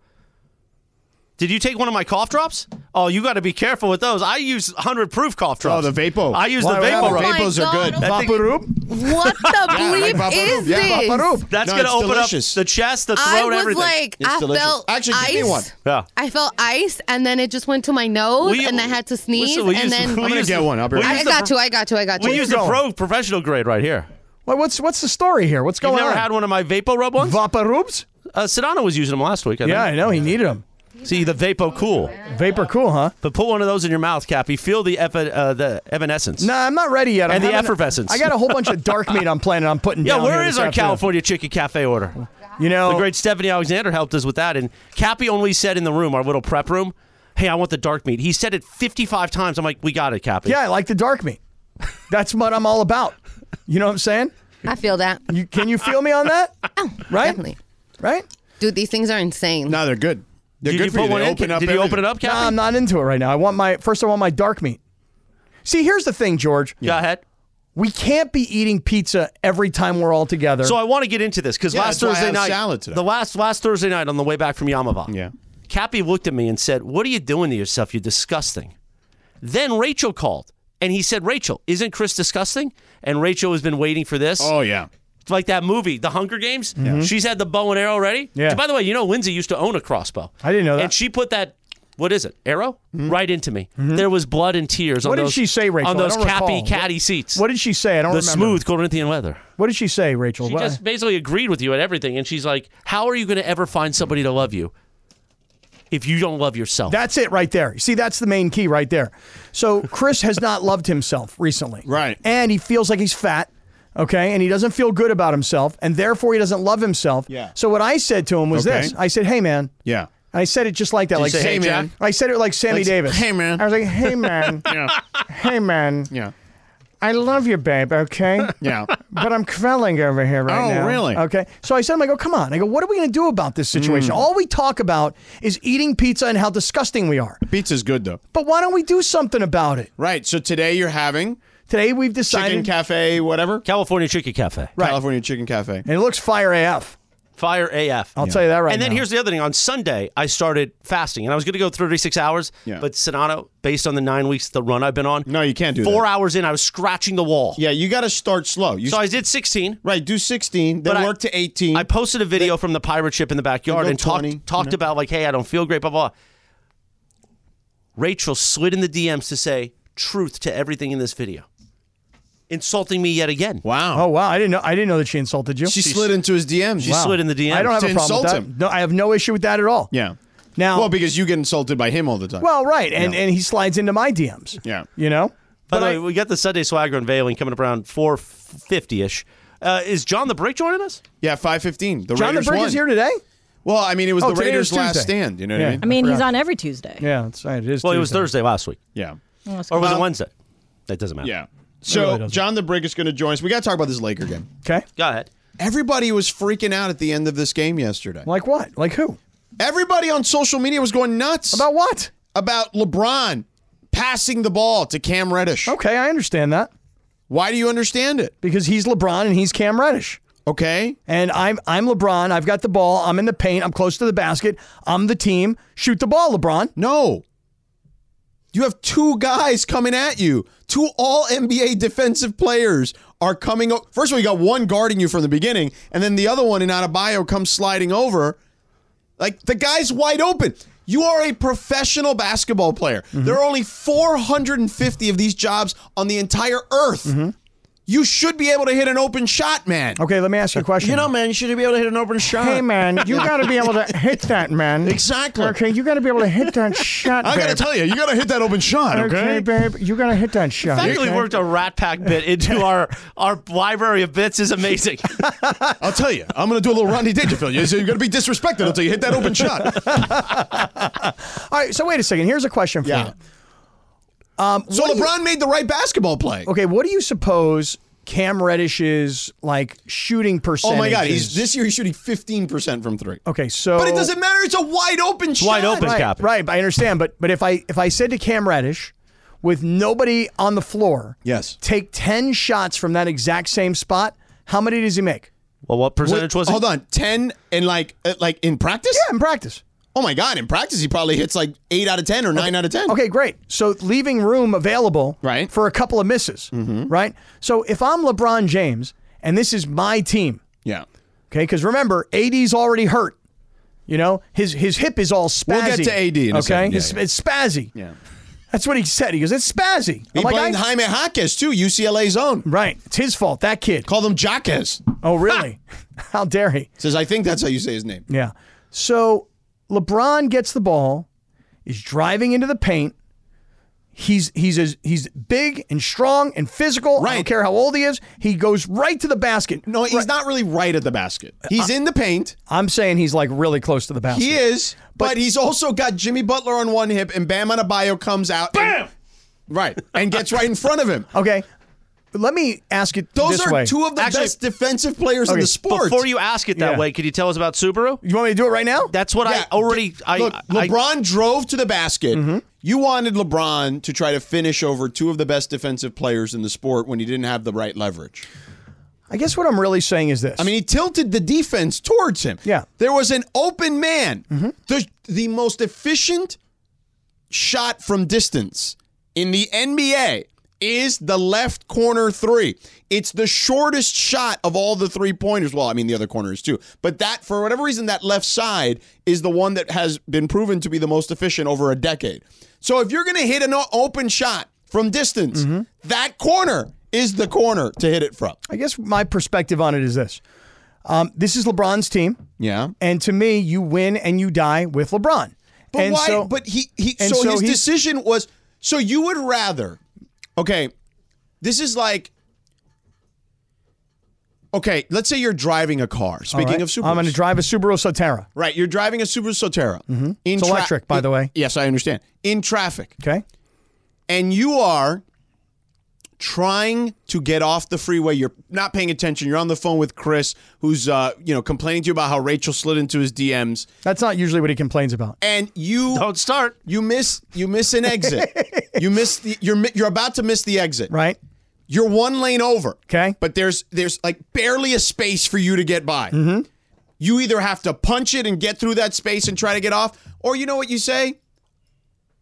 E: Did you take one of my cough drops? Oh, you got to be careful with those. I use 100 proof cough drops.
A: Oh, the Vapo.
E: I use
D: Why,
E: the
D: what
E: Vapo rub.
D: happened?
A: The Vapos
I: Oh my
A: are good.
I: God.
E: That thing-
I: What the bleep
A: Papa
I: is
A: Roof, yeah.
I: this?
E: that's
A: No,
E: going to
A: it's
E: open
A: delicious.
E: up the chest, the throat,
I: I was
E: everything.
I: like,
A: It's
I: I
A: delicious.
I: felt
A: Actually,
I: ice.
A: give me one.
E: Yeah.
I: I felt ice, and then it just went to my nose,
E: We-
I: and I had to sneeze,
E: listen, we
I: and
E: use-
I: then
E: we
A: gonna
E: use
A: get
E: the-
A: one. I'll be
E: we
A: right
I: I
E: use the-
I: got you. I got you. I got
E: We
I: you.
E: use the pro professional grade right here.
D: Why, what's what's the story here? What's
E: You've
D: going
E: never
D: on?
E: had one of my Vapo Rub ones?
D: Vaporubs?
E: Uh, Sedano was using them last week. I
D: Yeah, I
E: think.
D: know. He needed them.
E: See the Vapo Cool,
D: Vapor cool, huh?
E: but put one of those in your mouth, Cappy. Feel the eff- uh, the evanescence.
D: Nah, I'm not ready yet. I'm
E: And the
D: having-
E: effervescence.
D: I got a whole bunch of dark meat I'm planning on putting
E: Yeah,
D: down.
E: where
D: here
E: is
D: this
E: our
D: afternoon.
E: California Chicken Cafe order?
D: You know,
E: The great Stephanie Alexander helped us with that, and Cappy only said in the room, our little prep room, "Hey, I want the dark meat." He said it 55 times. I'm like, "We got it, Cappy."
D: Yeah, I like the dark meat. That's what I'm all about. You know what I'm saying?
I: I feel that.
D: You, can you feel me on that? Right?
I: Oh, Definitely.
D: Right?
I: Dude, these things are insane.
A: No, they're good. They're
E: Did
A: good
E: you
A: for
E: put
A: you.
E: one
A: They
E: in?
A: open
E: Did
A: up
E: you open
A: everything.
E: it up, Cappy?
D: Nah, I'm not into it right now. I want my first. I want my dark meat. See, here's the thing, George.
E: Go ahead.
D: We can't be eating pizza every time we're all together.
E: So I want to get into this because
A: Yeah,
E: last
A: that's why I
E: Thursday
A: had
E: night,
A: salad today.
E: the last last Thursday night on the way back from Yamava,
A: Yeah.
E: Cappy looked at me and said, "What are you doing to yourself? You're disgusting." Then Rachel called and he said, "Rachel, isn't Chris disgusting?" And Rachel has been waiting for this.
A: Oh yeah. Mm-hmm.
E: like that movie, The Hunger Games. She's had the bow and arrow ready.
D: Yeah.
E: By the way, you know Lindsay used to own a crossbow.
D: I didn't know that.
E: And she put that what is it? Arrow
A: Mm-hmm.
E: right into me. There was blood and tears.
D: Mm-hmm. What
E: on
D: did
E: those,
D: she say, Rachel?
E: On
D: I
E: those
D: don't
E: cappy
D: recall.
E: caddy seats.
D: what did she say? I don't
E: the
D: remember.
E: smooth Corinthian leather?
D: What did she say, Rachel?
E: She
D: What-
E: just basically agreed with you at everything, and she's like, "How are you going to ever find somebody to love you if you don't love yourself?"
D: That's it right there. See, that's the main key right there. So Chris has not loved himself recently.
A: Right.
D: And he feels like he's fat. Okay. And he doesn't feel good about himself. And therefore he doesn't love himself.
A: Yeah.
D: So what I said to him was
A: Okay.
D: this. I said, Hey man.
A: Yeah.
D: And I said it just like that. like
E: say, "Hey, Jack?"
D: I said it like Sammy
A: Like,
D: Davis.
A: "Hey, man."
D: I was like, Hey man.
A: Yeah.
D: hey man.
A: Yeah.
D: I love you, babe, okay?
A: Yeah.
D: But I'm quelling over here right
A: Oh,
D: now.
A: really? Mm.
D: Okay. So I said, to him, I go, come on. I go, what are we going to do about this situation? All we talk about is eating pizza and how disgusting we are.
A: Pizza's good though.
D: But why don't we do something about it?
A: Right. So today you're having
D: Today we've
A: chicken
D: decided,
A: cafe, whatever.
E: California Chicken Cafe,
A: California chicken cafe.
D: and it looks fire AF.
E: fire AF.
D: I'll tell you that right
E: and then
D: now.
E: here's the other thing. On Sunday, I started fasting, and I was going to go 36 hours.
A: Yeah.
E: But Sonato, based on the nine weeks the run I've been on,
A: No, you can't do
E: four
A: that.
E: hours in, I was scratching the wall.
A: Yeah, you got to start slow. You
E: So I did 16.
A: right, do 16, then
E: But I-
A: work to 18.
E: I posted a video from the pirate ship in the backyard
A: Go
E: and
A: 20,
E: talked talked about like, hey, I don't feel great, blah blah. blah. Rachel slid in the DMs to say truth to everything in this video, insulting me yet again.
A: wow.
D: Oh wow, I didn't know. I didn't know that she insulted you.
A: she slid into his DMs.
E: She slid in the DMs.
D: I don't have
A: to
D: a problem with
A: insult
D: that.
A: him.
D: No, I have no issue with that at all.
A: Yeah.
D: Now,
A: Well,
D: well,
A: because you get insulted by him all the time.
D: right, and
A: Yeah.
D: and he slides into my DMs.
A: Yeah.
D: You know,
E: By the
A: But
E: way,
A: I-
E: we got the Sunday Swagger unveiling coming up around 450 ish. Uh, is John the Brick joining us?
A: Yeah, five fifteen. The
D: John the
A: Raiders
D: Brick
A: won.
D: is here today.
A: Well, I mean, it was
D: Oh,
A: the
D: today
A: Raiders'
D: is Tuesday.
A: last stand. You know what
D: Yeah.
A: I mean?
F: I mean, he's
D: forgot.
F: on every Tuesday.
D: Yeah, that's right. It is.
E: Well, it was Thursday last week.
A: Yeah.
F: Oh, that's
E: Or was
F: cool.
E: it Wednesday? That doesn't matter.
A: Yeah. So
D: really doesn't.
A: John the Brick is going to join us. We got to talk about this Laker game.
D: Okay.
E: Go ahead.
A: Everybody was freaking out at the end of this game yesterday.
D: Like what? Like who?
A: Everybody on social media was going nuts
D: About what?
A: about LeBron passing the ball to Cam Reddish.
D: Okay, I understand that
A: Why do you understand it?
D: because he's LeBron and he's Cam Reddish.
A: Okay.
D: And I'm I'm LeBron. I've got the ball. I'm in the paint. I'm close to the basket. I'm the team. Shoot the ball, LeBron.
A: No. You have two guys coming at you. Two all NBA defensive players are coming. O- First of all, you got one guarding you from the beginning, and then the other one in Adebayo comes sliding over. Like the guy's wide open. You are a professional basketball player.
D: Mm-hmm.
A: There are only 450 of these jobs on the entire earth. You should be able to hit an open shot, man.
D: Mm-hmm. Okay, let me ask you a question.
A: man, you should be able to hit an open shot.
D: Hey man, you got to be able to hit that man.
A: Uh, Exactly.
D: Okay, you got to be able to hit that shot.
A: I gotta
D: babe.
A: tell you, you gotta hit that open shot,
D: Okay, babe, you got to hit that shot.
E: Actually,
D: okay?
E: worked a Rat Pack bit into our our library of bits is amazing.
A: I'll tell you, I'm going to do a little Rodney Dangerfield. You say You're going to be disrespected until you hit that open shot.
D: All right, so wait a second. Here's a question for Um, you.
A: So LeBron made the right basketball play.
D: Okay, what do you suppose Cam Reddish's like shooting percentage?
A: Oh my God, he's
D: is?
A: this year he's shooting 15% from three.
D: Okay, so
A: But it doesn't matter. It's a wide open shot.
E: wide open,
D: right,
E: Cap.
D: Right, I understand, but but if I if I said to Cam Reddish, with nobody on the floor,
A: Yes.
D: take ten shots from that exact same spot. How many does he make?
E: Well, what percentage was it?
A: Hold on, 10 and like uh, like in practice?
D: Yeah, in practice.
A: Oh my God, in practice he probably hits like 8 out of 10 or 9 out of 10.
D: Okay, great. So leaving room available
A: Right. Mm-hmm.
D: for a couple of misses, right? So if I'm LeBron James and this is my team,
A: Yeah.
D: okay? Because remember, AD's already hurt. You know, his his hip is all spazzy.
A: We'll get to AD in a
D: okay,
A: second. Yeah,
D: it's,
A: yeah.
D: it's spazzy.
A: Yeah.
D: That's what he said. He goes, "It's spazzy."
A: He
D: I'm like,
A: blamed
D: I-
A: Jaime Jaquez too, UCLA's own.
D: right? It's his fault. That kid.
A: Called him Jaquez.
D: Oh, really? How dare he?
A: Says, I think that's how you say his name.
D: Yeah. So LeBron gets the ball, is driving into the paint. He's he's as he's big and strong and physical. I don't
A: Right.
D: care how old he is. He goes right to the basket. Uh,
A: No, he's not really right at the basket. He's in the paint.
D: I'm saying he's like really close to the basket.
A: He is, but, he's also got Jimmy Butler on one hip, and Bam Adebayo comes out. Bam! right. And gets right in front of him.
D: Okay. Let me ask it
A: Those
D: this
A: are
D: way.
A: two of the
E: Actually-
A: best defensive players in
D: Okay,
A: the sport.
E: Before you ask it that
D: Yeah.
E: way, could you tell us about Subaru?
D: You want me to do it right now?
E: That's what
A: Yeah,
E: I already. I,
A: Look,
E: I- Mm-hmm.
A: LeBron drove to the basket. You wanted LeBron to try to finish over two of the best defensive players in the sport when he didn't have the right leverage.
D: I guess what I'm really saying is this.
A: I mean, he tilted the defense towards him.
D: Yeah.
A: There was an open man. The, the most efficient shot from distance in the NBA is the left corner three. It's the shortest shot of all the three pointers. Well, I mean, the other corner is too. But that, for whatever reason, that left side is the one that has been proven to be the most efficient over a decade. So if you're going to hit an o- open shot from distance, that corner is the corner to hit it from.
D: I guess my perspective on it is this. Um, this is LeBron's team,
A: Yeah.
D: and to me, you win and you die with LeBron.
A: But
D: and
A: why?
D: So,
A: but he, he
D: and
A: so,
D: so
A: his
D: he's-
A: decision was so you would rather. Okay, this is like. Okay, let's say you're driving a car.
D: all
A: Speaking
D: right,
A: of Subarus,
D: I'm going to drive a Subaru Sotera.
A: Right, you're driving a Subaru Sotera. In
D: It's electric, by the way.
A: Yes, I understand. In traffic,
D: Okay.
A: and you are trying to get off the freeway. You're not paying attention. You're on the phone with Chris, who's uh, you know complaining to you about how Rachel slid into his DMs,
D: That's not usually what he complains about.
A: and you
E: don't start.
A: You miss you miss an exit. you miss the you're mi- you're about to miss the exit.
D: Right?
A: You're one lane over.
D: Okay.
A: But there's there's like barely a space for you to get by.
D: Mm-hmm.
A: You either have to punch it and get through that space and try to get off, or you know what you say?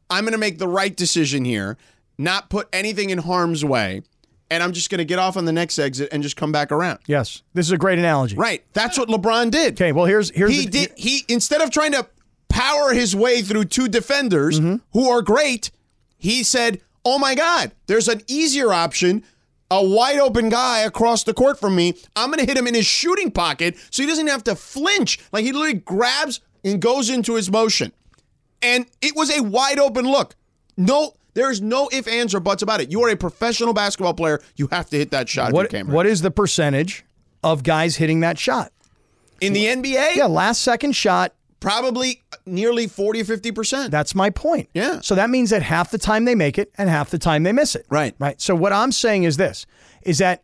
A: I'm going to make the right decision here, not put anything in harm's way, and I'm just going to get off on the next exit and just come back around.
D: Yes. This is a great analogy.
A: Right. That's what LeBron did
D: Okay. Well, here's here's
A: he
D: the,
A: did he instead of trying to power his way through two defenders
D: Mm-hmm.
A: who are great he said oh my god there's an easier option a wide open guy across the court from me i'm gonna hit him in his shooting pocket so he doesn't have to flinch like he literally grabs and goes into his motion and it was a wide open look no There is no if, ands, or buts about it. You are a professional basketball player. You have to hit that shot. if
D: What,
A: you're Cambridge.
D: what is the percentage of guys hitting that shot?
A: in the NBA?
D: Yeah, last second shot.
A: Probably nearly forty or fifty percent.
D: That's my point.
A: Yeah.
D: So that means that half the time they make it and half the time they miss it.
A: Right.
D: Right. So what I'm saying is this is that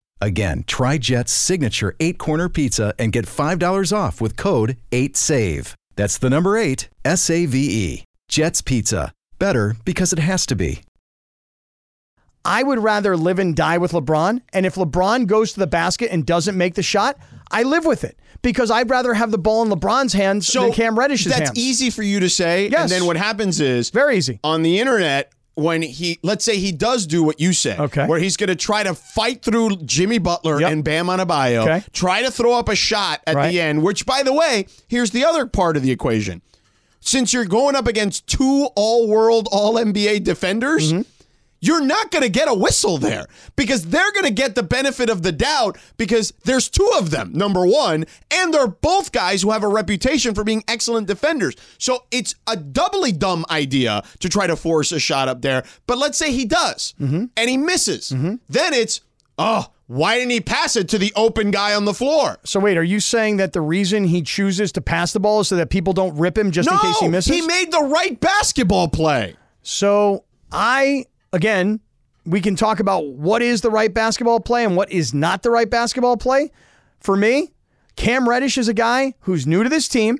J: Again, try Jet's signature eight corner pizza and get $5 off with code 8SAVE. That's the number eight, S A V E. Jet's Pizza. Better because it has to be.
D: I would rather live and die with LeBron. And if LeBron goes to the basket and doesn't make the shot, I live with it because I'd rather have the ball in LeBron's hands than Cam Reddish's
A: that's
D: hands.
A: easy for you to say.
D: Yes.
A: And then what happens is
D: Very easy.
A: on the internet when he let's say he does do what you said,
D: Okay.
A: where he's going to try to fight through Jimmy Butler
D: Yep.
A: and Bam Adebayo,
D: Okay.
A: try to throw up a shot at
D: Right.
A: the end. Which, by the way, here's the other part of the equation: since you're going up against two All-World, All-NBA defenders.
D: Mm-hmm.
A: You're not going to get a whistle there because they're going to get the benefit of the doubt because there's two of them, number one, and they're both guys who have a reputation for being excellent defenders. So it's a doubly dumb idea to try to force a shot up there. But let's say he does and he misses. Then it's, oh, why didn't he pass it to the open guy on the floor?
D: So wait, are you saying that the reason he chooses to pass the ball is so that people don't rip him just in case he
A: no,
D: misses?
A: he made the right basketball play.
D: so I again, we can talk about what is the right basketball play and what is not the right basketball play. For me, Cam Reddish is a guy who's new to this team.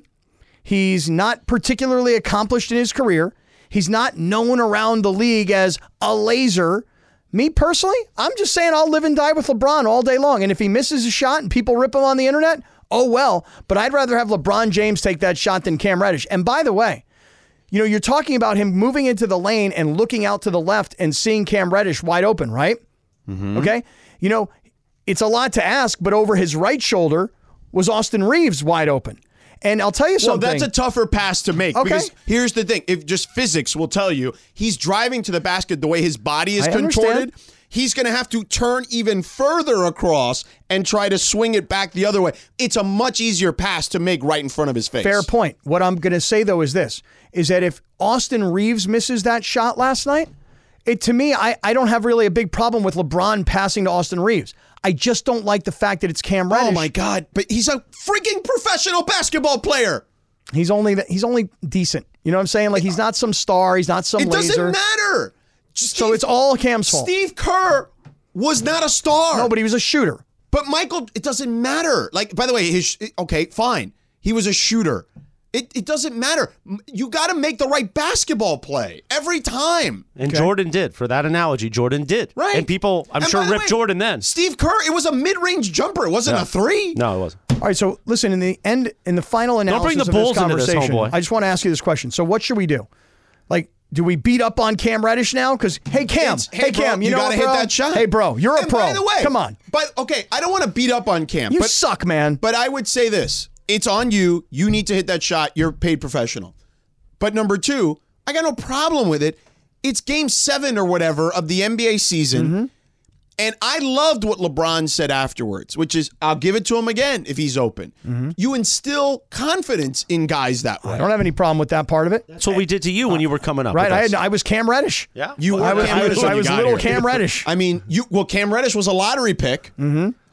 D: He's not particularly accomplished in his career. He's not known around the league as a laser. Me personally, I'm just saying I'll live and die with LeBron all day long. And if he misses a shot and people rip him on the internet, oh well. But I'd rather have LeBron James take that shot than Cam Reddish. And by the way, you know, you're talking about him moving into the lane and looking out to the left and seeing Cam Reddish wide open, right?
A: Mm-hmm.
D: Okay. You know, it's a lot to ask, but over his right shoulder was Austin Reeves wide open. And I'll tell you
A: Well,
D: something.
A: that's a tougher pass to make
D: Okay.
A: because here's the thing: if just physics will tell you, he's driving to the basket the way his body is
D: I
A: contorted.
D: understand.
A: He's going to have to turn even further across and try to swing it back the other way. It's a much easier pass to make right in front of his face.
D: Fair point. What I'm going to say though is this: is that if Austin Reeves misses that shot last night, it to me, I, I don't have really a big problem with LeBron passing to Austin Reeves. I just don't like the fact that it's Cam Reddish.
A: Oh my god! But he's a freaking professional basketball player.
D: He's only he's only decent. You know what I'm saying? Like he's not some star. He's not some
A: It
D: laser.
A: doesn't matter. Steve,
D: So it's all Cam's fault.
A: Steve Kerr was not a star.
D: No, but he was a shooter.
A: But Michael, it doesn't matter. Like, by the way, his okay, fine. He was a shooter. It, it doesn't matter. M- You got to make the right basketball play every time.
E: And Jordan did. For that analogy, Jordan did.
A: Right.
E: And people, I'm
A: And
E: sure,
A: by the
E: ripped
A: way,
E: Jordan then.
A: Steve Kerr, it was a mid-range jumper. It wasn't a three.
E: No, it wasn't.
D: All right, so listen, in the end, in the final analysis
E: bring the
D: of
E: Bulls
D: this
E: into this,
D: conversation,
E: homeboy.
D: I just want to ask you this question. So, what should we do? Like, do we beat up on Cam Reddish now? Because hey, Cam,
A: It's,
D: hey,
A: bro,
D: Cam, you, know
A: gotta
D: what,
A: hit
D: bro?
A: that shot.
D: Hey, bro, you're a
A: And
D: pro.
A: By the way,
D: come on,
A: But okay, I don't want to beat up on Cam.
D: you
A: but,
D: suck, man.
A: But I would say this: it's on you. You need to hit that shot. You're a paid professional. But number two,
D: Mm-hmm.
A: I got no problem with it. It's game seven or whatever of the NBA season. And I loved what LeBron said afterwards, which is, I'll give it to him again if he's open. You instill confidence in guys that way.
D: Mm-hmm. I don't have any problem with that part of it.
E: That's what we did to you when you were coming up.
D: Right?
E: with
D: I, had,
E: us.
D: I was Cam Reddish.
E: Yeah.
A: You
D: I was, I was, I was little Cam Reddish. Mm-hmm.
A: I mean, you well, Cam Reddish was a lottery pick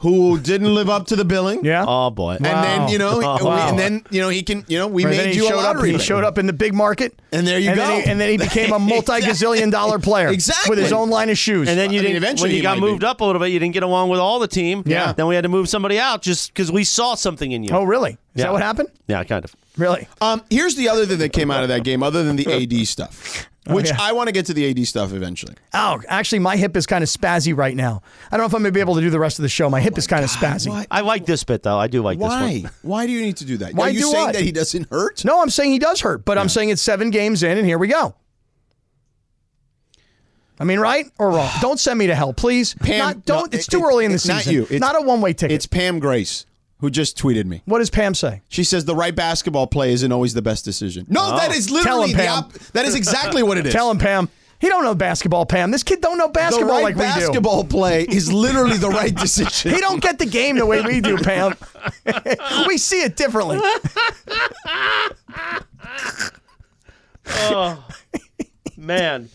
A: who didn't live up to the billing.
D: Yeah.
E: Oh boy.
A: And then you know,
E: Oh, Wow.
A: we- and then you know he can, you know, we
D: Right, then
A: made
D: he
A: you a
D: showed up-
A: lottery.
D: He
A: pick.
D: showed up in the big market,
A: And there you
D: and
A: go.
D: Then he, and then he became a multi-gazillion dollar player
A: Exactly.
D: with his own line of shoes.
E: And then you
A: I mean,
E: didn't.
A: eventually
E: when
A: he
E: you got
A: might be.
E: moved up a little bit, you didn't get along with all the team.
D: Yeah.
E: Then we had to move somebody out just because we saw something in you.
D: oh, really? Is
E: Yeah.
D: that what happened?
E: Yeah, kind of.
D: Really?
A: Um, here's the other thing that came out of that game, other than the AD stuff, which
D: Oh, yeah.
A: I want to get to the AD stuff eventually.
D: Ow! Oh, Actually, my hip is kind of spazzy right now. I don't know if I'm gonna be able to do the rest of the show. My hip is
A: Oh
D: kind of spazzy.
E: I like this bit though. I do like this
A: Why?
E: one.
A: Why do you need to do that?
D: Why
A: Are you
D: do
A: saying
D: what?
A: that he doesn't hurt?
D: No, I'm saying he does hurt, but I'm saying it's seven games in, and here we go. I mean, right or wrong? Don't send me to hell, please.
A: Pam,
D: Not- don't.
A: no,
D: it's
A: it-
D: too
A: it-
D: early in the
A: it's not
D: season.
A: you. It's-
D: Not a one-way ticket.
A: It's Pam Grace who just tweeted me.
D: what does Pam say? Oh.
A: She says the right basketball play isn't always the best decision. No, that is literally
D: Tell him,
A: the
D: Pam.
A: op- that is exactly what it is.
D: Tell him, Pam. He don't know basketball, Pam. This kid don't know
A: the
D: basketball
A: right
D: like we do.
A: basketball play is literally the right decision.
D: He don't get the game the way we do, Pam. we see it differently.
E: Man.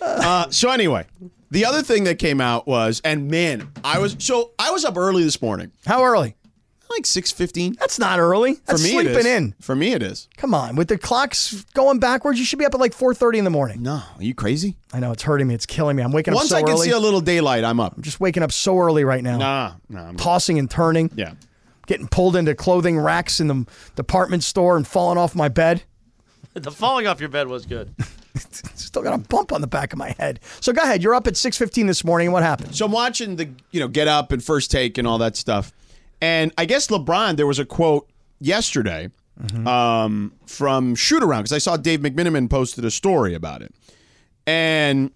A: Uh, so anyway, the other thing that came out was, and man, I was so I was up early this morning,
D: How early?
A: like six fifteen.
D: That's not early.
A: For
D: That's
A: me,
D: sleeping
A: it is.
D: in.
A: For me, it is.
D: Come on, with the clocks going backwards, you should be up at like 4:30 in the morning.
A: No, are you crazy?
D: I know it's hurting me. It's killing me. I'm waking
A: Once
D: up so
A: I can
D: early.
A: see a little daylight, I'm up.
D: Just waking up so early right now.
A: Nah, nah, I'm
D: Tossing and turning.
A: yeah.
D: Getting pulled into clothing racks in the department store and falling off my bed.
E: The falling off your bed was good.
D: Still got a bump on the back of my head. So go ahead. You're up at 6:15 this morning. And what happened?
A: So I'm watching the you know get up and first take and all that stuff, and I guess LeBron there was a quote yesterday
D: Mm-hmm.
A: um, from shoot around because I saw Dave McMiniman posted a story about it, and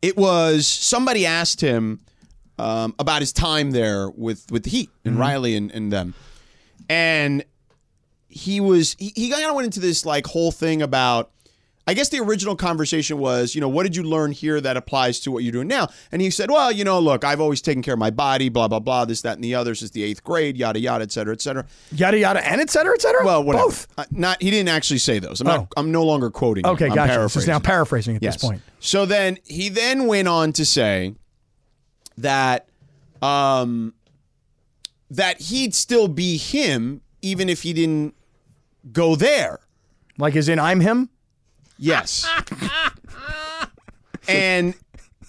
A: it was somebody asked him um, about his time there with with the Heat and
D: Mm-hmm.
A: Riley and, and them, and he was he, he kind of went into this like whole thing about I guess the original conversation was, you know, what did you learn here that applies to what you're doing now? And he said, well, you know, look, I've always taken care of my body, blah, blah, blah, this, that, and the other since the eighth grade, yada, yada, et cetera, et cetera.
D: Yada yada and et cetera, et cetera.
A: Well, whatever.
D: Both.
A: Uh, not, he didn't actually say those. I'm,
D: Oh.
A: not, I'm no longer quoting him.
D: Okay,
A: I'm
D: gotcha. This is now
A: paraphrasing.
D: paraphrasing at
A: Yes.
D: this point.
A: So then he then went on to say that um that he'd still be him even if he didn't go there.
D: Like as in I'm him?
A: Yes. and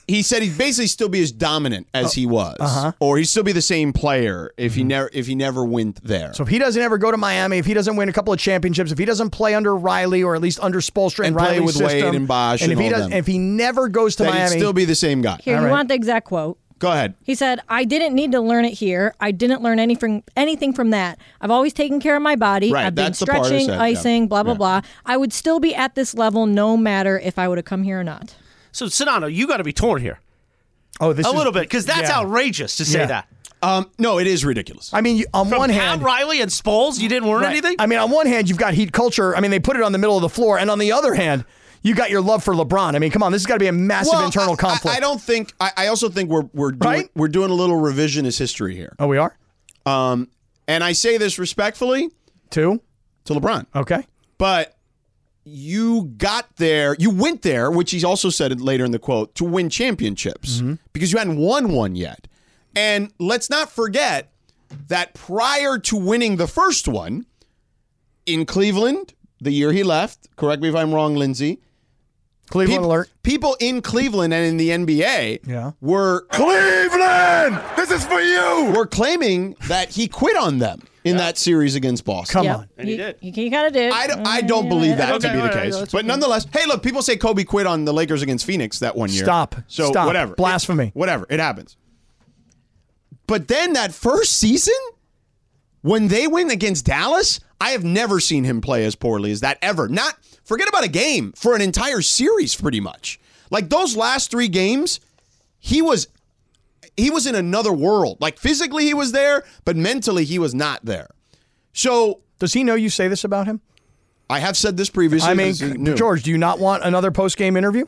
A: he said he'd basically still be as dominant as
D: Oh,
A: he was,
D: uh-huh.
A: or he'd still be the same player if
D: Mm-hmm.
A: he never if he never went there.
D: So if he doesn't ever go to Miami, if he doesn't win a couple of championships, if he doesn't play under Riley or at least under Spolstra and,
A: And play
D: Riley's
A: with Wade
D: system,
A: and Bosh
D: if
A: and
D: he
A: all
D: does,
A: them.
D: if he never goes to
A: that
D: Miami,
A: he'd still be the same guy.
F: Here,
D: All
F: you
D: right.
F: want the exact quote.
A: Go ahead.
F: He said, I didn't need to learn it here. I didn't learn anything anything from that. I've always taken care of my body.
A: Right,
F: I've been
A: that's the part I
F: stretching,
A: said, yeah.
F: icing, blah, blah,
A: Yeah.
F: blah. I would still be at this level no matter if I would have come here or not.
E: So Sinano, you got to be torn here
D: oh, this
E: a
D: is-
E: little bit because that's
D: yeah.
E: outrageous to say
D: Yeah.
E: that.
A: Um, no, it is ridiculous.
D: I mean, you, on
E: From
D: one
E: Pat
D: hand,
E: Riley and Spoles, you didn't learn
D: right.
E: anything.
D: I mean, on one hand, you've got heat culture. I mean, they put it on the middle of the floor, and on the other hand, you got your love for LeBron. I mean, come on, this has got to be a massive
A: Well,
D: internal
A: I-
D: conflict.
A: I, I don't think. I, I also think we're we're doing
D: Right?
A: we're doing a little revisionist history here.
D: oh, we are
A: Um, and I say this respectfully
D: two.
A: to LeBron,
D: Okay,
A: but you got there, you went there, which he also said it later in the quote, to win championships
D: Mm-hmm.
A: because you hadn't won one yet. And let's not forget that prior to winning the first one in Cleveland, the year he left, correct me if I'm wrong, Lindsay.
D: Cleveland
A: peop-
D: alert.
A: People in Cleveland and in the NBA
D: Yeah.
A: were
G: Cleveland, this is for you.
A: were claiming that he quit on them in that series against Boston.
D: Come
F: Yep.
D: on.
E: And he did.
F: He, kind of did.
A: I don't, I
F: Uh,
A: don't
F: yeah,
A: believe
F: yeah.
A: that
E: Okay,
A: to be the
E: all right,
A: case.
E: that's
A: but nonetheless, hey, look, people say Kobe quit on the Lakers against Phoenix that one year.
D: Stop.
A: So
D: Stop.
A: whatever.
D: Blasphemy.
A: It- whatever. It happens. But then that first season, when they win against Dallas, I have never seen him play as poorly as that ever. Not forget about a game for an entire series, pretty much. Like those last three games, he was he was in another world. Like physically he was there, but mentally he was not there. So
D: Does he know you say this about him?
A: I have said this previously.
D: I
A: this is
D: mean,
A: new.
D: George, do you not want another post game interview?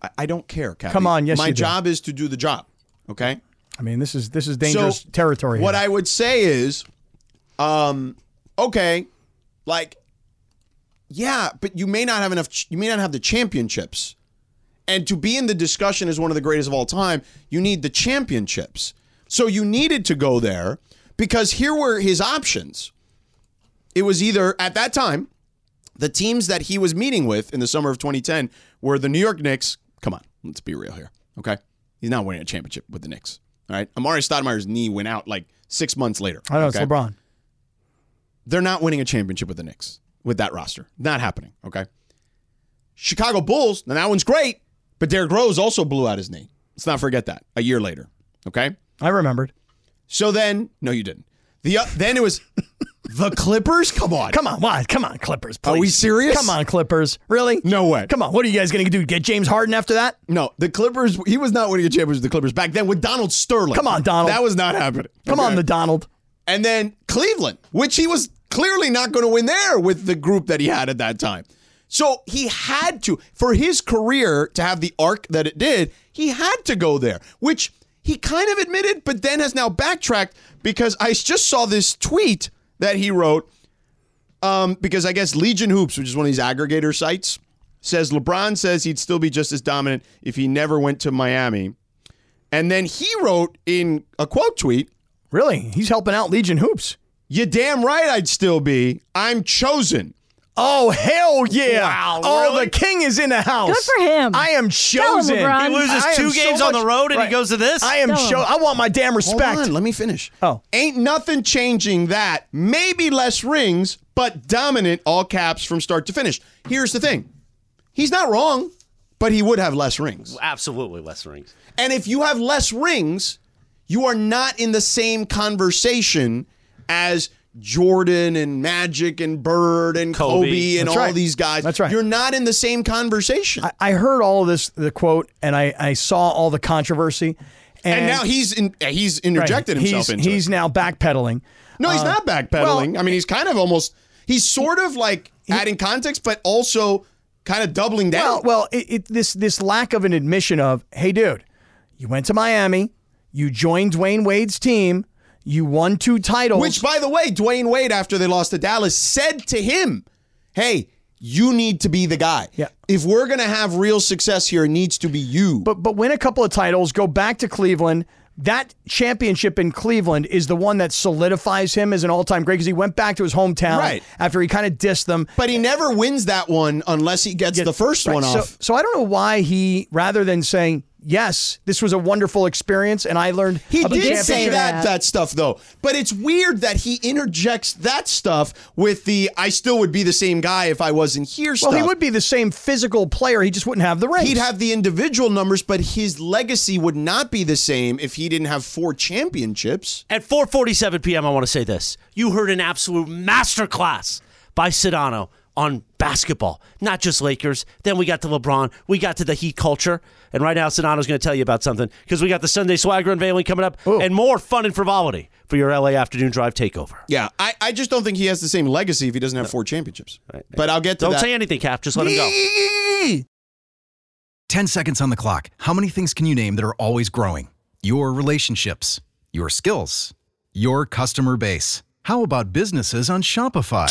A: I- I don't care, Kathy.
D: Come on, yes,
A: My
D: you do.
A: job is to do the job. Okay.
D: I mean, this is this is dangerous
A: So,
D: territory.
A: What
D: here.
A: I would say is, um, okay, like, yeah, but you may not have enough. ch- You may not have the championships, and to be in the discussion as one of the greatest of all time, you need the championships. So you needed to go there because here were his options. It was either at that time, the teams that he was meeting with in the summer of 2010 were the New York Knicks. Come on, let's be real here. Okay. He's not winning a championship with the Knicks. All right. Amari Stoudemire's knee went out like six months later.
D: I know it's
A: okay?
D: LeBron.
A: They're not winning a championship with the Knicks with that roster. Not happening. Okay. Chicago Bulls, now that one's great, but Derrick Rose also blew out his knee. Let's not forget that a year later. Okay.
D: I remembered.
A: So then, no, you didn't. The uh, Then it was the Clippers? Come on.
D: Come on, why? Come on, Clippers.
A: Are we
D: please.
A: serious?
D: Come on, Clippers. Really?
A: No way.
D: Come on. What are you guys going to do? Get James Harden after that?
A: No, the Clippers, he was not winning a championship with the Clippers back then with Donald Sterling.
D: Come on, Donald.
A: That was not happening.
D: Come
A: Okay?
D: on, the Donald.
A: And then Cleveland, which he was clearly not going to win there with the group that he had at that time. So he had to, for his career to have the arc that it did, he had to go there, which he kind of admitted, but then has now backtracked because I just saw this tweet that he wrote. Um, because I guess Legion Hoops, which is one of these aggregator sites, says LeBron says he'd still be just as dominant if he never went to Miami. And then he wrote in a quote tweet,
D: Really? He's helping out Legion Hoops.
A: you damn right I'd still be. I'm chosen.
D: Oh hell yeah!
E: Wow,
D: oh,
E: really?
D: the king is in the house.
F: Good for him.
D: I am chosen.
F: LeBron.
E: He loses
D: I am
E: two
D: so
E: games on
D: much-
E: the road and
D: right.
E: he goes to this.
D: I am
F: Tell him.
D: show. I want my damn
A: Hold
D: respect.
A: on, let me finish.
D: Oh.
A: Ain't nothing changing that. Maybe less rings, but dominant all caps from start to finish. Here's the thing. He's not wrong, but he would have less rings.
E: Absolutely, less rings.
A: And if you have less rings, you are not in the same conversation as Jordan and Magic and Bird and Kobe,
E: Kobe.
A: and
D: That's
A: all
D: right.
A: these guys.
D: That's right.
A: You're not in the same conversation.
D: I- I heard all of this, the quote, and I, I saw all the controversy. And,
A: and, now he's in, he's interjected
D: right,
A: himself
D: he's,
A: into
D: He's
A: it.
D: now backpedaling.
A: No, he's
D: Uh,
A: not backpedaling. I mean, he's kind of almost he's sort of like adding context, but also kind of doubling
D: Well,
A: down.
D: well, it, it, this this lack of an admission of, hey, dude, you went to Miami, you joined Dwayne Wade's team, you won two titles.
A: Which, by the way, Dwayne Wade, after they lost to Dallas, said to him, "Hey, you need to be the guy.
D: Yeah.
A: If we're gonna have real success here, it needs to be you."
D: but but win a couple of titles, go back to Cleveland. That championship in Cleveland is the one that solidifies him as an all-time great because he went back to his hometown
A: Right.
D: after he kind of dissed them.
A: But he never wins that one unless he gets the first
D: Right,
A: one
D: so,
A: off.
D: So I don't know why he, rather than saying yes, this was a wonderful experience, and I learned
A: He
D: of the
A: did say
D: championship."
A: that that stuff though, but it's weird that he interjects that stuff with the "I still would be the same guy if I wasn't here"
D: Well,
A: stuff.
D: he would be the same physical player. He just wouldn't have the rings.
A: He'd have the individual numbers, but his legacy would not be the same if he didn't have four championships.
E: At 4:47 p.m., I want to say this: you heard an absolute masterclass by Sedano on basketball, not just Lakers. Then we got to LeBron, we got to the Heat culture, and right now Sedano's going to tell you about something because we got the Sunday Swagger unveiling coming up,
A: Oh.
E: and more fun and frivolity for your LA afternoon drive takeover.
A: Yeah, I, I just don't think he has the same legacy if he doesn't have four championships. But I'll get to
E: Don't
A: that.
E: say anything, Cap. Just let him go.
K: 10 seconds on the clock. How many things can you name that are always growing? Your relationships, your skills, your customer base. How about businesses on Shopify?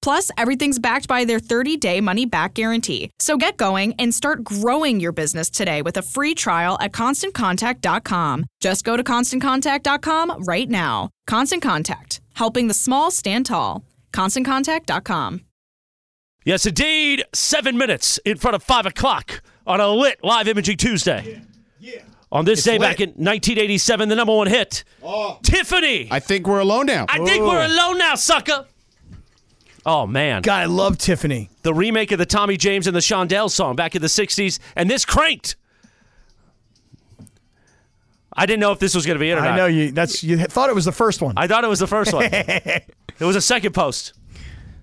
L: Plus, everything's backed by their 30 day money back guarantee. So get going and start growing your business today with a free trial at constantcontact.com. Just go to constantcontact.com right now. Constant Contact, helping the small stand tall. ConstantContact.com.
E: Yes, indeed. Seven minutes in front of five o'clock on a lit live imaging Tuesday. On this day back in 1987, the number one hit, Tiffany.
A: I think we're alone now.
E: I think we're alone now, sucker. Oh man,
D: God, I love Tiffany.
E: The remake of the Tommy James and the Shondell song back in the '60s, and this cranked. I didn't know if this was going to be it or
D: I
E: not.
D: know you. That's you thought it was the first one.
E: I thought it was the first one. it was a second post.